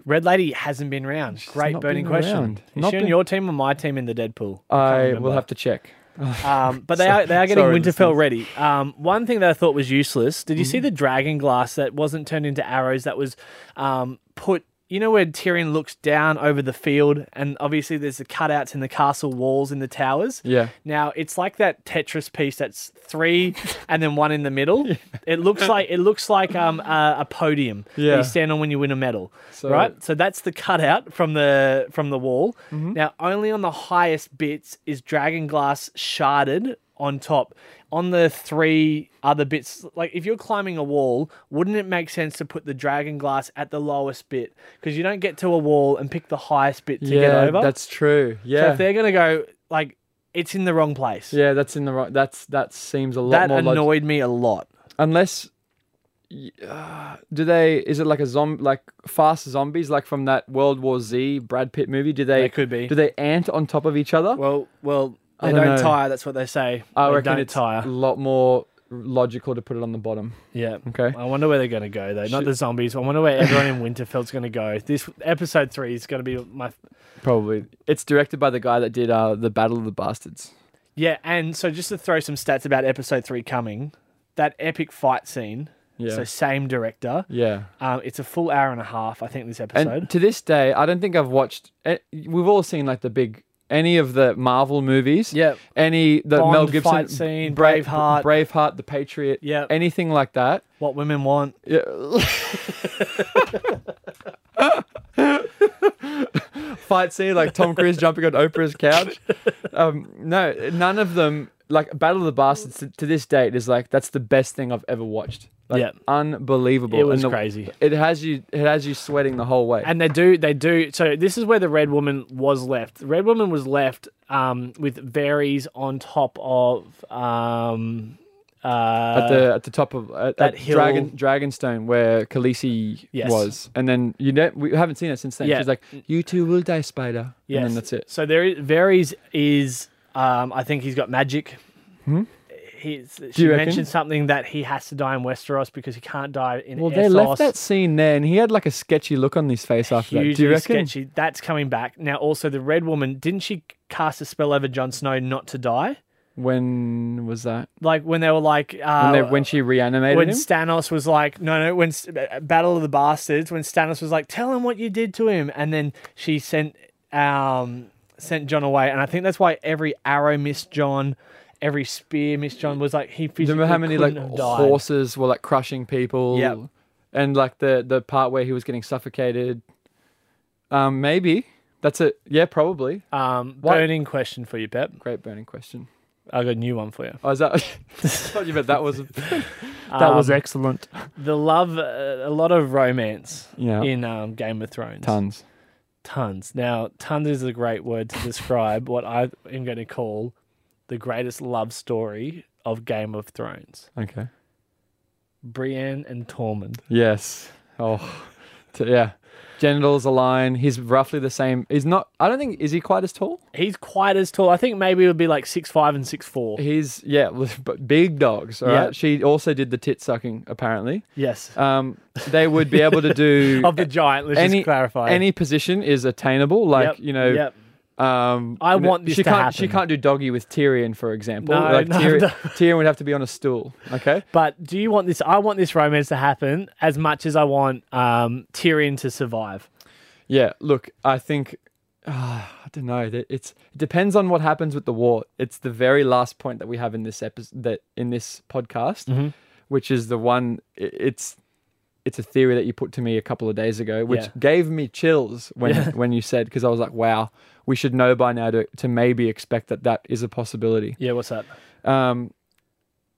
Red Lady hasn't been round. Great not burning been question. around. Is Not she on been- your team or my team in the Deadpool? can't I remember. will have to check. Um, but they are they are getting (laughs) sorry, Winterfell listeners. ready. Mm-hmm. Um, one thing that I thought was useless. Did you see the dragon glass that wasn't turned into arrows? That was um, put. You know where Tyrion looks down over the field, and obviously there's the cutouts in the castle walls in the towers. Yeah. Now it's like that Tetris piece that's three (laughs) and then one in the middle. It looks like it looks like um a, a podium that Yeah. you stand on when you win a medal, So- right? So that's the cutout from the from the wall. Mm-hmm. Now only on the highest bits is dragon glass sharded on top. On the three other bits, like if you're climbing a wall, wouldn't it make sense to put the dragon glass at the lowest bit because you don't get to a wall and pick the highest bit to yeah, get over? that's true. So Yeah. if they're gonna go like it's in the wrong place. Yeah, that's in the right. That's that seems a lot That more. log- annoyed me a lot. Unless, y- uh, do they? Is it like a zombie, like fast zombies, like from that World War Z Brad Pitt movie? Do they? They could be. Do they ant on top of each other? Well, well, they I don't, don't know. tire. That's what they say. I they reckon don't it's tire. a lot more logical to put it on the bottom. yeah. Okay. I wonder where they're gonna go though. Not the zombies. I wonder where everyone in Winterfell's gonna go. This episode three is gonna be my Probably. It's directed by the guy that did uh, the Battle of the Bastards. yeah. And so just to throw some stats about episode three coming, that epic fight scene. Yeah. So same director. Yeah. Um, it's a full hour and a half. I think this And episode. to this day, I don't think I've watched. eh, We've all seen like the big any of the Marvel movies. Yep. Any the Bond Mel Gibson fight scene, Bra- Braveheart. Braveheart, The Patriot. Yep. Anything like that. what women want. Yeah. (laughs) Fight scene like Tom Cruise jumping on Oprah's couch. Um, no, none of them. Like Battle of the Bastards to, to this date is like that's the best thing I've ever watched. Like, Yeah. unbelievable. It was the- crazy. It has you. It has you sweating the whole way. And they do, they do. So this is where the Red Woman was left. The Red Woman was left um, with Varys on top of um, uh, at the at the top of at, that at Dragon hill. Dragonstone where Khaleesi Yes. was, and then you know we haven't seen it since then. Yeah. She's like, "You two will die, Spider," yes. and then that's it. So there, is, Varys is. Um, I think he's got magic. He's, she Hmm? you reckon? mentioned something that he has to die in Westeros because he can't die in Well, Essos. they left that scene there, and he had like a sketchy look on his face after that. Do you Hugely reckon? sketchy. That's coming back now. Also, the Red Woman didn't she cast a spell over Jon Snow not to die? When was that? Like when they were like uh, When, they, when she reanimated when him? Stannis was like, no, no, when S- uh, Battle of the Bastards, when Stannis was like, tell him what you did to him, and then she sent um sent John away, and I think that's why every arrow missed John, every spear missed John was like he Do you physically remember how many like couldn't have died. horses were like crushing people? Yep. And like the the part where he was getting suffocated. Um, maybe that's it. Yeah, probably. Um, Why- burning question for you, Pep. Great burning question. I got a new one for you. Oh, is that? (laughs) I thought you meant that was. That was Um, excellent. the love. Uh, a lot of romance Yeah. in um, Game of Thrones. Tons. Tons. Now, tons is a great word to describe what I am going to call the greatest love story of Game of Thrones. Okay. Brienne and Tormund. Yes. Oh, t- yeah. Genitals align. He's roughly the same. He's not. I don't think. Is he quite as tall? He's quite as tall. I think maybe it would be like six five and six four. He's yeah, (laughs) but big dogs. All right. Yeah. She also did the tit sucking. Apparently, Yes. um, they would be able to do (laughs) of the giant. Let's any just clarify. any position is attainable. Like Yep, you know, Yep. um, I you know, want this She to can't. She happen. can't do doggy with Tyrion, for example. No, like no, Tyrion, no. Tyrion would have to be on a stool. Okay. But do you want this? I want this romance to happen as much as I want um, Tyrion to survive. Yeah, look, I think (sighs) ah, I don't know. that It's it depends on what happens with the war. It's the very last point that we have in this episode, that in this podcast, Mm-hmm. which is the one. i- It's it's a theory that you put to me a couple of days ago, which Yeah. gave me chills when Yeah. when you said because I was like, wow, we should know by now to to maybe expect that that is a possibility. Yeah. What's that? Um,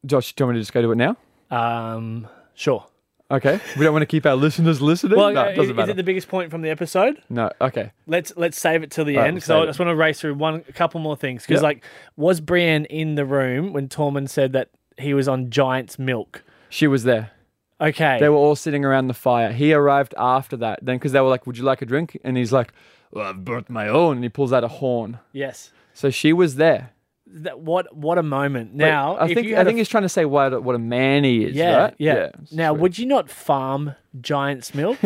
Josh, do you want me to just go to it now? Um. Sure. Okay, we don't want to keep our listeners listening. Well, no, uh, it doesn't is matter. it the biggest point from the episode? no, okay. Let's let's save it till the All right, end we'll because I save just want to race through one a couple more things because Yep. like was Brienne in the room when Tormund said that he was on Giant's milk? She was there. Okay. They were all sitting around the fire. He arrived after that, then because they were like, "Would you like a drink?" And he's like, well, "I've brought my own," and he pulls out a horn. yes. So she was there. That, what what a moment. But Now I if think you I had a think he's trying to say what a, what a man he is. Yeah, right? yeah. Now, sweet. would you not farm Giant's (laughs) milk?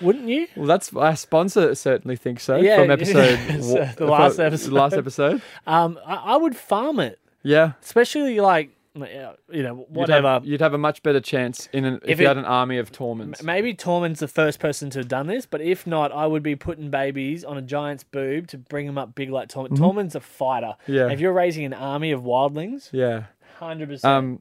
Wouldn't you? well, that's our sponsor certainly thinks so. Yeah, from episode (laughs) it's, wa- uh, the last from- episode. last episode. Um, I, I would farm it, Yeah, especially like you know You'd have- whatever. You'd have, a much better chance in an, if, If you it- had an army of Tormans. Maybe Tormund's the first person to have done this, but if not, I would be putting babies on a giant's boob to bring them up big like Tormund. Tormund's a fighter. Mm-hmm. Yeah. If you're raising an army of wildlings, yeah. hundred percent. Um,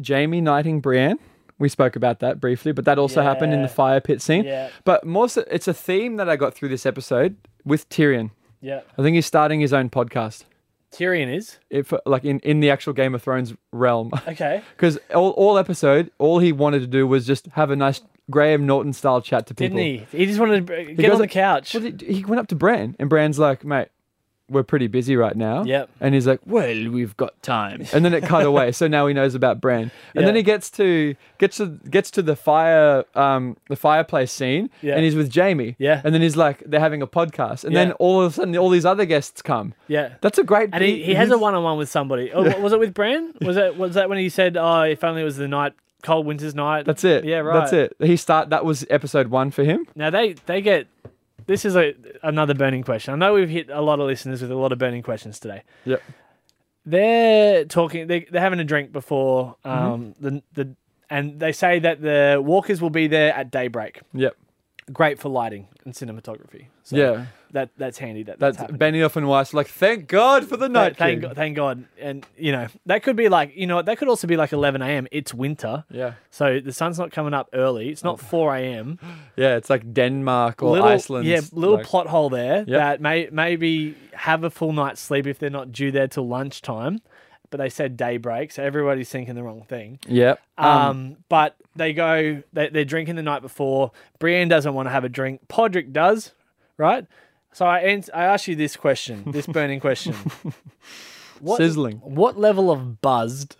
Jamie knighting Brienne. We spoke about that briefly, but that also happened in the Yeah. fire pit scene. Yeah. But more so, it's a theme that I got through this episode with Tyrion. Yeah. I think he's starting his own podcast. Tyrion is If like in, in the actual Game of Thrones realm. (laughs) okay. Because all, all episode, all he wanted to do was just have a nice Graham Norton style chat to people. Didn't he? He just wanted to get goes on the up- couch. Well, he, he went up to Bran, and Bran's like, mate, we're pretty busy right now. Yep. And he's like, Well, we've got time. and then it cut away. So now he knows about Bran, and then Yeah. he gets to gets to gets to the fire um the fireplace scene, Yeah. and he's with Jamie, Yeah. and then he's like they're having a podcast, and then Yeah. all of a sudden all these other guests come. yeah. That's a great. And he, he has a he's- one on one with somebody. Oh, Was it with Bran? Was that was that when he said, "Oh, if only it was the night, cold winter's night." That's it. Yeah, right. That's it. He start. That was episode one for him. Now they they get. This is a another burning question. I know we've hit a lot of listeners with a lot of burning questions today. Yep. They're talking. They, they're having a drink before Mm-hmm. um the the and they say that the walkers will be there at daybreak. Yep. Great for lighting and cinematography. So yeah. that that's handy. That that's, That's (laughs) happening. Benioff and Weiss. Like, thank God for the Th- night. thank King." God, thank God, and you know that could be like you know what, that could also be like 11 a.m. It's winter, Yeah. so the sun's not coming up early. It's Oh. not 4 a.m. Yeah. It's like Denmark or little, Iceland. Yeah, little like- plot hole there that may maybe have a full night's sleep if they're not due there till lunchtime. But they said daybreak, so everybody's thinking the wrong thing. Yep. Um, but they go, they, they're drinking the night before. Brienne doesn't want to have a drink. Podrick does, right? So I ans- I ask you this question, (laughs) this burning question. What, Sizzling. What level of buzzed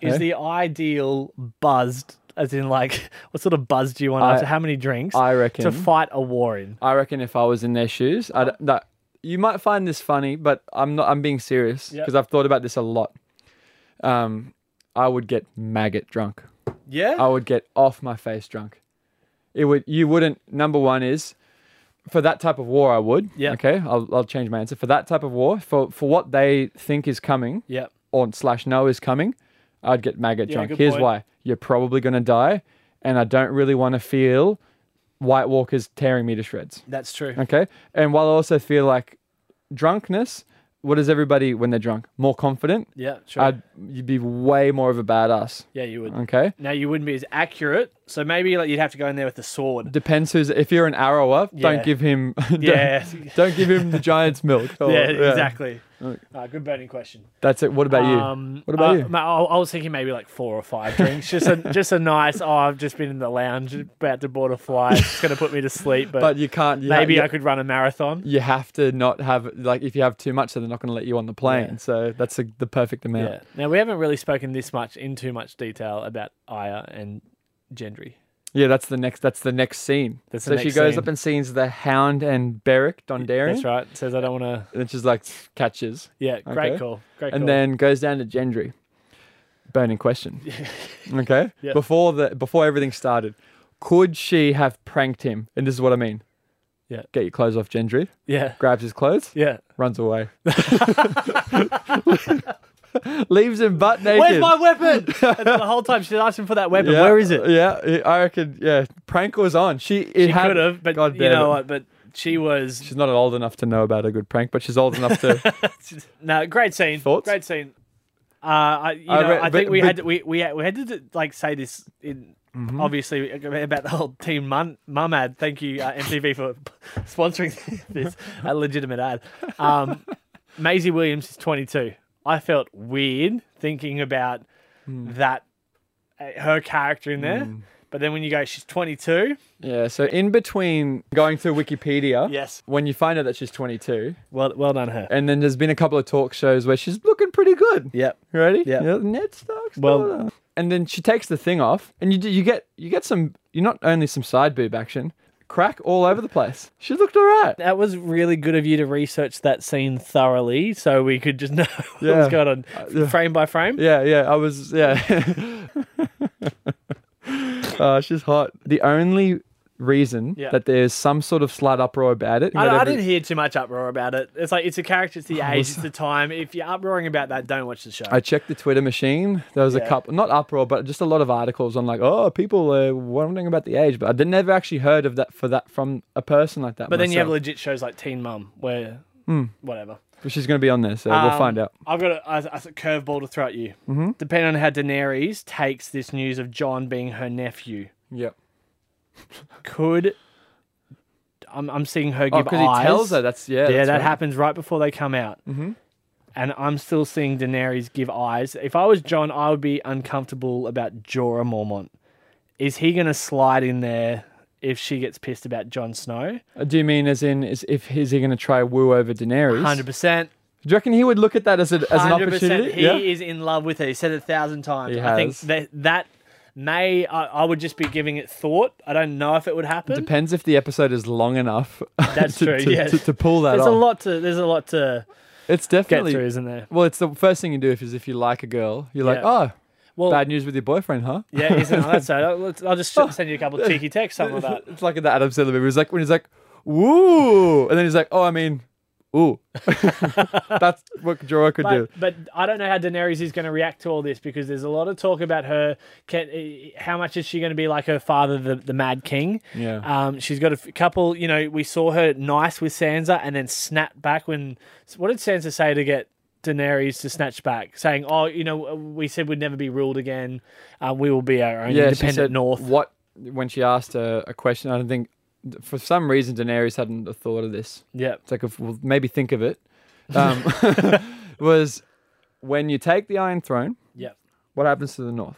is Hey? the ideal buzzed? As in, like, (laughs) what sort of buzz do you want I- after how many drinks I reckon. to fight a war in? I reckon if I was in their shoes, I that you might find this funny, but I'm not. I'm being serious Yep. because I've thought about this a lot. Um, I would get maggot drunk. Yeah. I would get (laughs) off my face drunk. It would. You wouldn't. Number one is for that type of war. I would. Yeah. Okay. I'll, I'll change my answer for that type of war. For for what they think is coming Yep. or slash know is coming, I'd get maggot Yeah, drunk. good Here's point. why: you're probably gonna die, and I don't really want to feel White Walkers tearing me to shreds. That's true. Okay. And while I also feel like drunkenness, what is everybody when they're drunk? More confident. Yeah, sure. I'd you'd be way more of a badass. yeah, you would. Okay. Now you wouldn't be as accurate, so maybe like you'd have to go in there with the sword. Depends who's if you're an arrower, Yeah. (laughs) don't Oh, give him (laughs) don't, Yeah. (laughs) don't give him the giant's milk. Or- yeah, exactly. Uh, good burning question. That's it. What about you? Um, What about uh, you? mate, I, I was thinking maybe like four or five drinks. Just (laughs) a just a nice. Oh, I've just been in the lounge, about to board a flight. It's gonna put me to sleep, but, (laughs) but you can't. You ha- maybe you- I could run a marathon. you have to not have like if you have too much, so they're not going to let you on the plane. So that's a, the perfect Yeah. amount. Now we haven't really spoken this much in too much detail about Aya and Gendry. Yeah, that's the next. That's the next scene. That's the so she next goes scene. up and sees the Hound and Beric Dondarrion, That's right. Says I don't want to. and she's like catches, Yeah. Great Okay. call. Great call. and then goes down to Gendry. Burning question. okay. (laughs) Yeah. Before the before everything started, could she have pranked him? And this is what I mean. Yeah. Get your clothes off, Gendry. yeah. Grabs his clothes, Yeah. (laughs) runs away. (laughs) Leaves him butt naked. Where's my weapon? (laughs) and then the whole time she's asking for that weapon. Yeah, Where is it? Yeah, I reckon. Yeah, prank was on. She it She had- could have, but God you know damn it. what? But she was She's not old enough to know about a good prank, but she's old enough to. (laughs) no great scene. Thoughts? Great scene. Uh, I, you I know, re- I think but- we but- had to, we, we had- we had to like say this in Mm-hmm. obviously about the whole team Mun- mum ad. Thank you uh, MTV for (laughs) sponsoring this a legitimate ad. Um, Maisie Williams is 22. I felt weird thinking about that uh, her character in there, but then when you go, she's 22. yeah. So in between going through Wikipedia, Yes. when you find out that she's 22, Well, well done her. and then there's been a couple of talk shows where she's looking pretty good. Yep. You Ready? Yeah. Ned Stark's Well- daughter. And then she takes the thing off, and you do, you get you get some. You're not only some side boob action, crack all over the place. She looked all right. That was really good of you to research that scene thoroughly so we could just (laughs) know what was Yeah. going on yeah. frame by frame. Yeah, yeah, I was, (laughs) yeah. uh, she's hot. The only reason Yeah. that there's some sort of slut uproar about it, I, I whatever- didn't hear too much uproar about it. It's like it's a character, it's the age, it's the time. If you're uproaring about that, don't watch the show. I checked the Twitter machine. There was Yeah. a couple, not uproar, but just a lot of articles on like, oh, people are wondering about the age, but I did- never actually heard of that for that from a person like that. but then you have myself. Hmm. legit shows like Teen Mum, where whatever. But she's going to be on there, so we'll Um, find out. Mm-hmm. I've got a, a, a curveball to throw at you. Depending on how Daenerys takes this news of John being her nephew, Yeah. could I'm, I'm seeing her Oh, give because he eyes. tells her that's yeah. Yeah, that's that right. happens right before they come out. Mm-hmm. And I'm still seeing Daenerys give eyes. If I was John, I would be uncomfortable about Jorah Mormont. Is he going to slide in there if she gets pissed about Jon Snow? Uh, Do you mean as in is if is he going to try woo over Daenerys? 100%. Do you reckon he would look at that as, a, as an 100%. opportunity? He is in love with her. He said it a thousand times. He I think has. that, that may, I, I would just be giving it thought. I don't know if it would happen. Depends if the episode is long enough. (laughs) That's to, true, To, yeah. to, to pull that there's off. a lot to there's a lot to It's get definitely. through, isn't (laughs) there? Well, it's the first thing you do if is if you like a girl, you're like, Yeah. oh, Well, bad news with your boyfriend, huh? yeah, isn't it? So I'll, (laughs) I'll just send you a couple of cheeky texts, something like that. it's like in the Adam Sandler movie. It's like when he's like, woo, and then he's like, oh, I mean, ooh. (laughs) That's what Jorah could do. But, uh, but I don't know how Daenerys is going to react to all this because there's a lot of talk about her. Can, eh, how much is she going to be like her father, the, the Mad King? Yeah. Um, she's got a f- couple. You know, we saw her nice with Sansa and then snap back when. What did Sansa say to get Daenerys to snatch back, saying, "Oh, you know, we said we'd never be ruled again. Um, we will be our own yeah, she independent said North." What when she asked a, a question, I don't think for some reason Daenerys hadn't thought of this. Yep. It's like if well, maybe think of it. Um, (laughs) was when you take the Iron Throne, Yep. what happens to the North?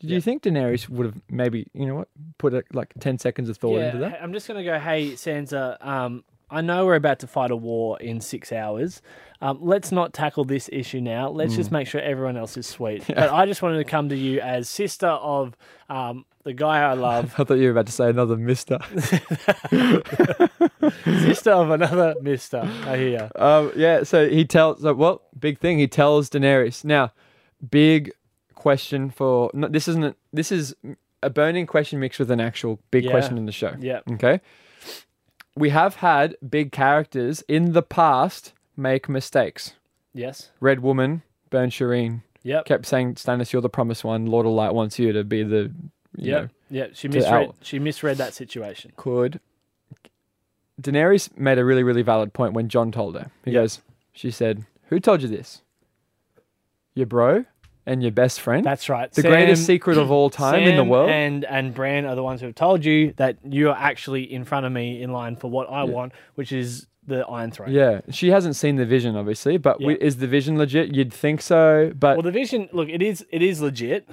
Did you Yep. think Daenerys would have maybe you know what put a, like ten seconds of thought into that? (laughs) hey, I'm just gonna go. Hey, Sansa. Um, I know we're about to fight a war in six hours. Um, let's not tackle this issue now. Let's Mm. just make sure everyone else is sweet. But I just wanted to come to you as sister of um, the guy I love, (laughs) I thought you were about to say another Mister. (laughs) sister of another Mister. I hear. ya. um, yeah, so he tells. So, well, big thing. He tells Daenerys. Now, big question for no, this isn't. This is a burning question mixed with an actual big Yeah. question in the show. Yeah. Okay. We have had big characters in the past make mistakes. Yes. Red Woman, Burn Shireen, Yep. kept saying, Stannis, you're the promised one. Lord of Light wants you to be the, you know, Yep. Yep. She misread. out- She misread that situation. could. Daenerys made a really, really valid point when John told her. He Yep. goes, she said, who told you this? Your bro and your best friend? That's right. the Sam- greatest secret of all time in the Sam world? And and Bran are the ones who have told you that you are actually in front of me in line for what I want, which is the Iron Throne. Yeah, she hasn't seen the vision, obviously, but we, is the vision legit? You'd think so, but Mm-hmm. Well, the Vision, look, it is it is legit.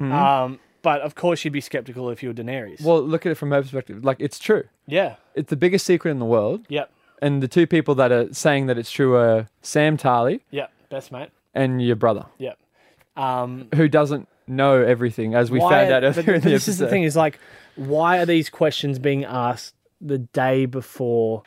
Um, but of course, you'd be skeptical if you were Daenerys. well, look at it from her perspective. Like it's true. yeah, It's the biggest secret in the world, yep, and the two people that are saying that it's true are Sam Tarley yep, best mate, and your brother, yep. Um, who doesn't know everything, as we found out but- earlier but in the this episode. is the thing: is like, why are these questions being asked the day before,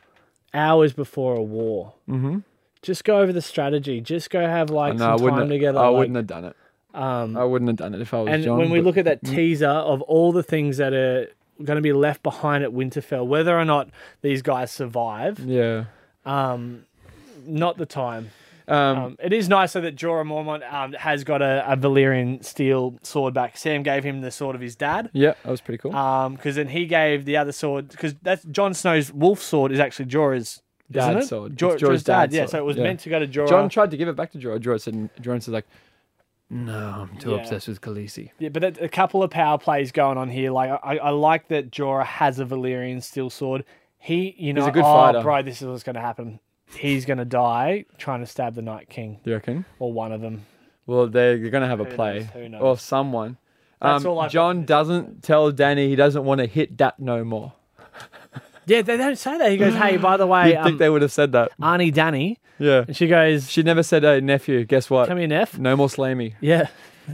hours before a war? Mm-hmm. Just go over the strategy. Just go have like No, I some wouldn't. time have- together. I like- wouldn't have done it. Um, I wouldn't have done Mm. it if I was And John. when we but- look at that teaser of all the things that are going to be left behind at Winterfell, whether or not these guys survive, yeah, um, not the time. um, Um, it is nice though that Jorah Mormont um, has got a, a Valyrian steel sword back. Sam gave him the sword of his dad. yeah, that was pretty cool. Because then he gave the other sword because that's Jon Snow's wolf sword is actually Jorah's isn't Dad's it? sword. Jor- It's Jorah's Jorah's dad. dad's yeah, sword. so it was Yeah. meant to go to Jorah. John tried to give it back to Jorah. Jorah said, Jorah said like, No, I'm too Yeah. obsessed with Khaleesi. yeah, but that, a couple of power plays going on here. Like I, I like that Jorah has a Valyrian steel sword. He, you know, a good oh, fighter." bro, this is what's going to happen. He's going to die trying to stab the Night King "Do you reckon?" or one of them. Well, they're going to have a Who play knows? Who knows? or someone. That's Um, all I've got John doesn't tell Danny he doesn't want to hit that no more. Yeah, they don't say that. He goes, "Hey, um, by the way, You'd think they would have said that. Arnie Danny," Yeah. and she goes, She never said, "Hey nephew, guess what? Come here, Neff. No more slammy." Yeah.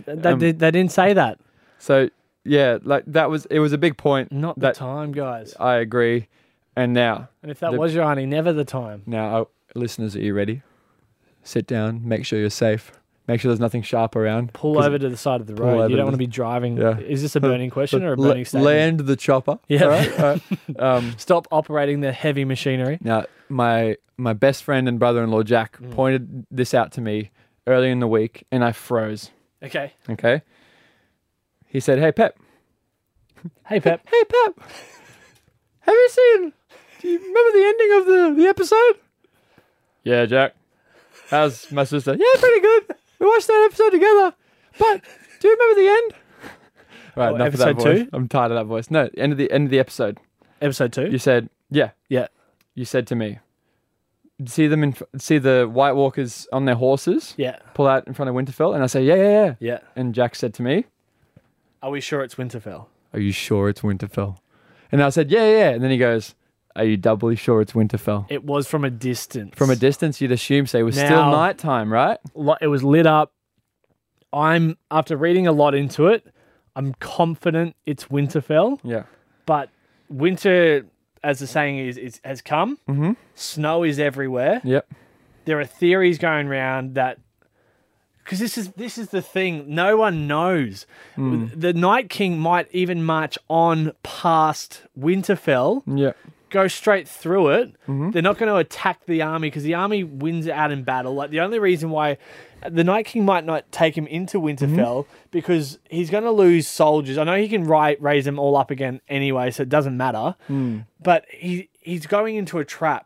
They, Um, they, they didn't say that. So yeah, like that was it was a big point. Not the that time, guys. I agree. And now, And if that the- was your auntie, never the time. now, uh, listeners, are you ready? Sit down. Make sure you're safe. Make sure there's nothing sharp around. Pull 'Cause over to the side of the over road. You to don't want the- to be driving. Yeah. Is this a (laughs) burning question or a l- burning statement? land the chopper. Yeah. all right? All (laughs) right. um, Stop operating the heavy machinery. Now, my my best friend and brother-in-law Jack Mm. pointed this out to me early in the week, and I froze. Okay. Okay. He said, "Hey Pep, Hey, Pep. hey Pep, (laughs) have you seen? Do you remember the ending of the the episode?" Yeah, Jack. How's my sister? Yeah, pretty good. We watched that episode together. But do you remember the end? (laughs) All right, Oh, enough of that episode voice. two? I'm tired of that voice. No, end of the end of the episode. Episode two. You said, "Yeah, yeah. you said to me, see them in, fr- see the White Walkers on their horses Yeah. pull out in front of Winterfell, and I say, yeah, yeah, yeah. Yeah. And Jack said to me, Are we sure it's Winterfell? are you sure it's Winterfell? And I said, yeah, yeah. yeah." And then he goes, are you doubly sure it's Winterfell? It was from a distance. From a distance, you'd assume so. It was still Now- nighttime, right? Li- It was lit up. I'm, after reading a lot into it, I'm confident it's Winterfell. Yeah. but winter, as the saying is, is has come. Mm-hmm. Snow is everywhere. Yep. There are theories going around that because this is this is the thing. No one knows. The Night King might even march on past Winterfell, Yeah. go straight through it. Mm-hmm. They're not going to attack the army because the army wins out in battle. Like the only reason why the Night King might not take him into Winterfell Mm-hmm. because he's going to lose soldiers. I know he can ri- raise them all up again anyway, so it doesn't matter. Mm. But he he's going into a trap.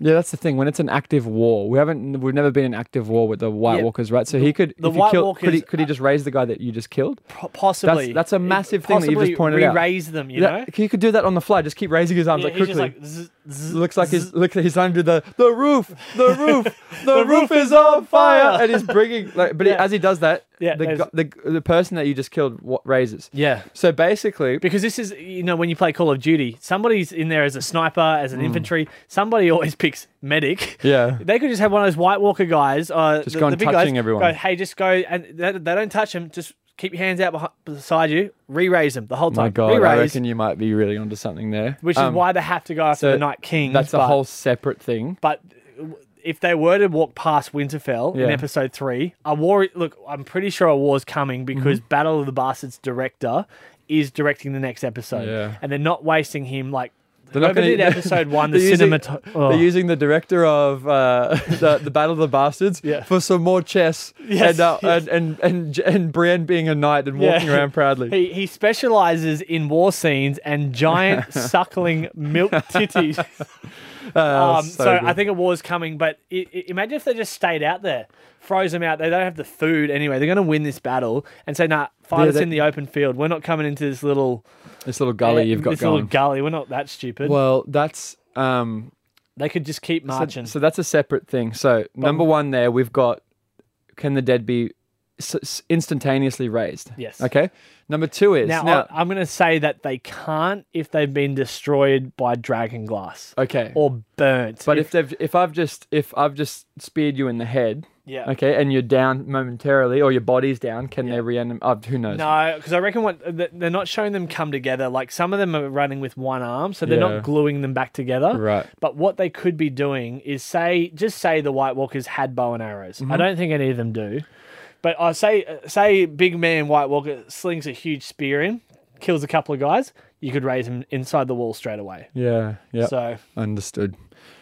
Yeah, that's the thing. When it's an active war, we haven't, we've never been in active war with the White Yeah. Walkers, right? So he could, the if you White killed, could he, Walkers- could he just raise the guy that you just killed? po- Possibly that's a It- massive thing that you just possibly pointed out. Re-raise them, you know. Yeah, he could do that on the fly. Just keep raising his arms Yeah, like he's quickly. just like zzz, zzz, looks like zzz. he's looks like he's under the the roof, (laughs) the roof, the, roof is on fire, and he's bringing. Like, but he- Yeah. as he does that, Yeah, the, there's- gu- the the person that you just killed what raises. yeah. So basically, Because this is, you know, when you play Call of Duty, somebody's in there as a sniper, as an infantry. Somebody always (laughs) picks medic. Mm. Yeah. They could just have one of those White Walker guys. Uh, Just the, go and the big touching guys, everyone. Go, hey, just go and they, they don't touch him. Just keep your hands out behi- beside you. Re-raise them the whole time. Oh my God, I Re-raise, reckon you might be really onto something there. which Um, is why they have to go after so the Night King. that's but, a whole separate thing. But if they were to walk past Winterfell Yeah. in Episode Three, a war. Look, I'm pretty sure a war's coming because Mm-hmm. Battle of the Bastards director is directing the next episode, Yeah. and they're not wasting him like. They're Whoever gonna- (laughs) did episode one, the they're using- cinemato- They're oh. using the director of uh, (laughs) the, the Battle of the Bastards Yeah. for some more chess Yes, and, uh, yes. and and and and Brienne being a knight and Yeah. walking around proudly. He, he specializes in war scenes and (laughs) giant suckling milk titties. Uh, Um, so Oh, good. I think a war's coming, but i i imagine if they just stayed out there, froze them out. They don't have the food anyway. They're going to win this battle and say, "Nah, fight Yeah, us they- in the open field. We're not coming into this little this little gully uh, you've got this going. little gully. We're not that stupid." Well, that's um, They could just keep So- marching. So, that's a separate thing. So number one, there we've got can the dead be s- s- instantaneously raised? Yes. Okay. Number two is now, now. I, am going to say that they can't if they've been destroyed by dragon glass okay. or burnt. but if they've if I've just if I've just speared you in the head. Yeah. Okay, and you're down momentarily, or your body's down. Can they reanimate? Uh, who knows? no, because I reckon what th- they're not showing them come together. Like some of them are running with one arm, so they're Yeah. not gluing them back together. Right. But what they could be doing is say, just say the White Walkers had bow and arrows. Mm-hmm. I don't think any of them do. But I say, uh, say big man White Walker slings a huge spear in, kills a couple of guys. You could raise him inside the wall straight away. Yeah. Yeah. So Understood.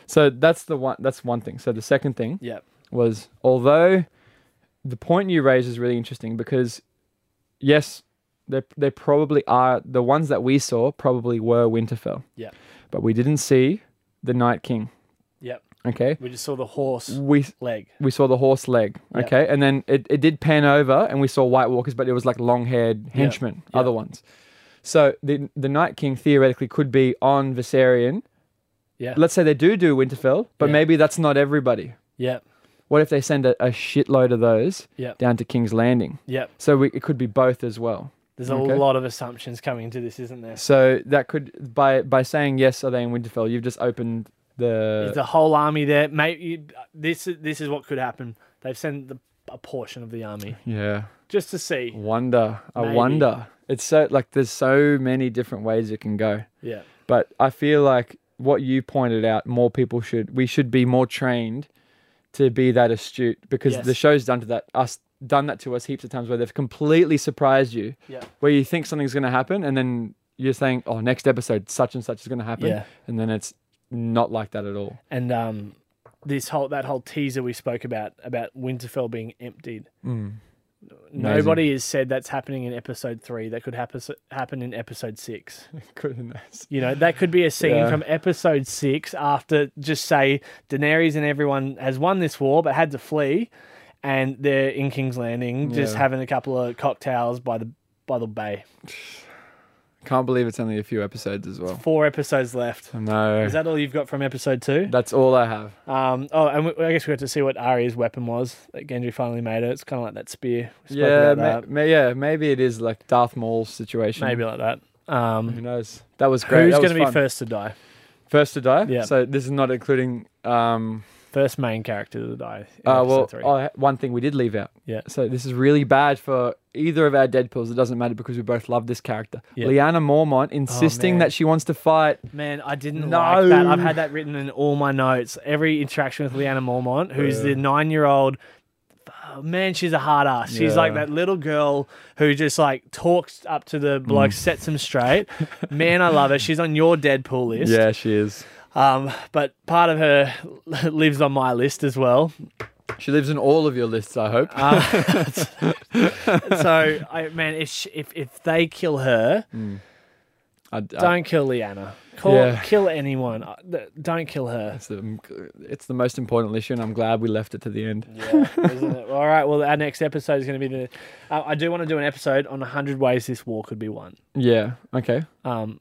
So that's the one. That's one thing. So the second thing. yeah, was although the point you raise is really interesting because yes, they they probably are the ones that we saw probably were Winterfell. Yeah. But we didn't see the Night King. yeah. Okay. We just saw the horse We leg. we saw the horse leg. Yeah. Okay. And then it, it did pan over and we saw White Walkers, but it was like long haired henchmen, Yeah. other ones. So the the Night King theoretically could be on Viserion. Yeah. Let's say they do do Winterfell, but Yeah. maybe that's not everybody. Yeah, What if they send a, a shitload of those Yeah. down to King's Landing? yeah. So we, it could be both as well. There's a Okay. lot of assumptions coming into this, isn't there? So that could by by saying yes, are they in Winterfell? You've just opened Is the the whole army there? Maybe this is- this is what could happen. They've sent the, a portion of the army yeah just to see. wonder. I Maybe. wonder. It's so like there's so many different ways it can go. Yeah, But I feel like what you pointed out, more people should we should be more trained to be that astute because the Yes. show's done to that us done that to us heaps of times where they've completely surprised you. Yeah. Where you think something's gonna happen and then you're saying, Oh, next episode such and such is gonna happen. Yeah. And then it's not like that at all. (laughs) and um, this whole that whole teaser we spoke about about Winterfell being emptied. Mm. Nobody has said that's happening in episode three. That could happen happen in episode six. Goodness. You know, that could be a scene (laughs) Yeah. from episode six after just say Daenerys and everyone has won this war but had to flee, and they're in King's Landing just Yeah. having a couple of cocktails by the by the bay. Can't believe it's only a few episodes as well. Four episodes left. No. Is that all you've got from episode two? That's all I have. Um, oh, and we, I guess we got to see what Arya's weapon was that Gendry finally made it. It's kind of like that spear. We spoke Yeah, about ma- ma- yeah, maybe it is like Darth Maul that. situation. maybe like that. Who Um, knows? That was great. who's That was going to be fun. first to die? First to die. Yeah. So this is not including. Um, First main character to die. in uh, episode well, three. oh, one thing we did leave out. Yeah. So this is really bad for either of our dead pills. It doesn't matter because we both love this character. Yeah. Oh, Leanna Mormont insisting man. that she wants to fight. Man, I didn't No. like that. I've had that written in all my notes. Every interaction with Leanna Mormont, who's the nine-year-old, oh, man, she's a hard ass. She's like Yeah. that little girl who just like talks up to the bloke, Mm. sets him (laughs) straight. man, I love her. She's on your Deadpool list. Yeah, she is. Um, but part of her (laughs) lives on my list as (laughs) well. She lives in all of your lists. I hope. Uh, So, I, man, if, she, if if they kill her, Hmm. I, I- don't kill Leanna. Call, Yeah. Kill anyone. Uh, th- Don't kill her. it's, the, it's the most important issue, and I'm glad we left it to the end. Yeah, isn't it? All right. Well, our next episode is going to be the. Uh, I do want to do an episode on 100 ways this war could be won. Yeah. Okay. Um,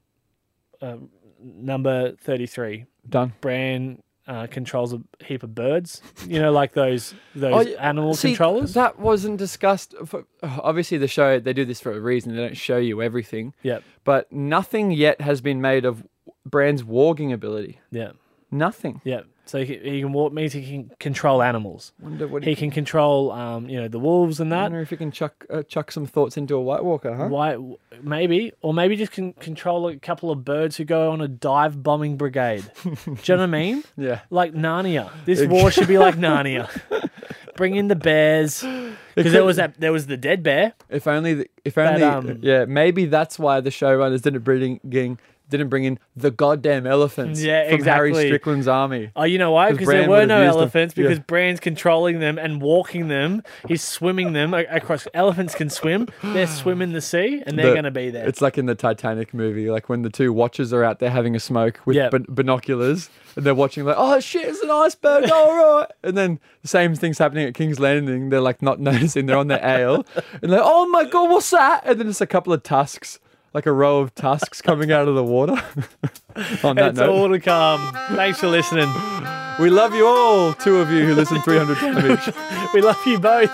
um, number 33. Done. Bran uh, controls a heap of birds. You know, like those those Oh, yeah, animal See, controllers. That wasn't discussed. For, obviously, the show they do this for a reason. They don't show you everything. Yep. But nothing yet has been made of Brand's warging ability. Yeah. Nothing. Yeah. So he, he can walk. Means he can control animals. Wonder what He he. can control, um, you know, the wolves and I that. wonder if he can chuck uh, chuck some thoughts into a White Walker, huh? Why? Maybe, or maybe just can control a couple of birds who go on a dive bombing brigade. Do you know what I mean? Yeah. like Narnia. This war should be like (laughs) Narnia. Bring in the bears because there was that there was the dead bear. If only. The, if only. um, yeah. Maybe that's why the showrunners didn't bring in, didn't bring in the goddamn elephants. Yeah, from Harry exactly. Strickland's army. Oh, you know why? 'Cause Because there Bran were would've no used them. elephants Yeah. because Bran's controlling them and walking them. He's swimming them a- across. Elephants can swim. They're swimming the sea and they're The- going to be there. It's like in the Titanic movie, like when the two watchers are out there having a smoke with Yeah. bin- binoculars, and they're watching like, oh shit, it's an iceberg, all (laughs) right. And then the same thing's happening at King's Landing. (laughs) They're like not noticing. They're on their ale, and they're oh my god, what's that? And then it's a couple of tusks. like a row of tusks coming out of the water. (laughs) On that It's note, all to come. Thanks for listening. we love you all, two of you who listen 300 times each. We love you both.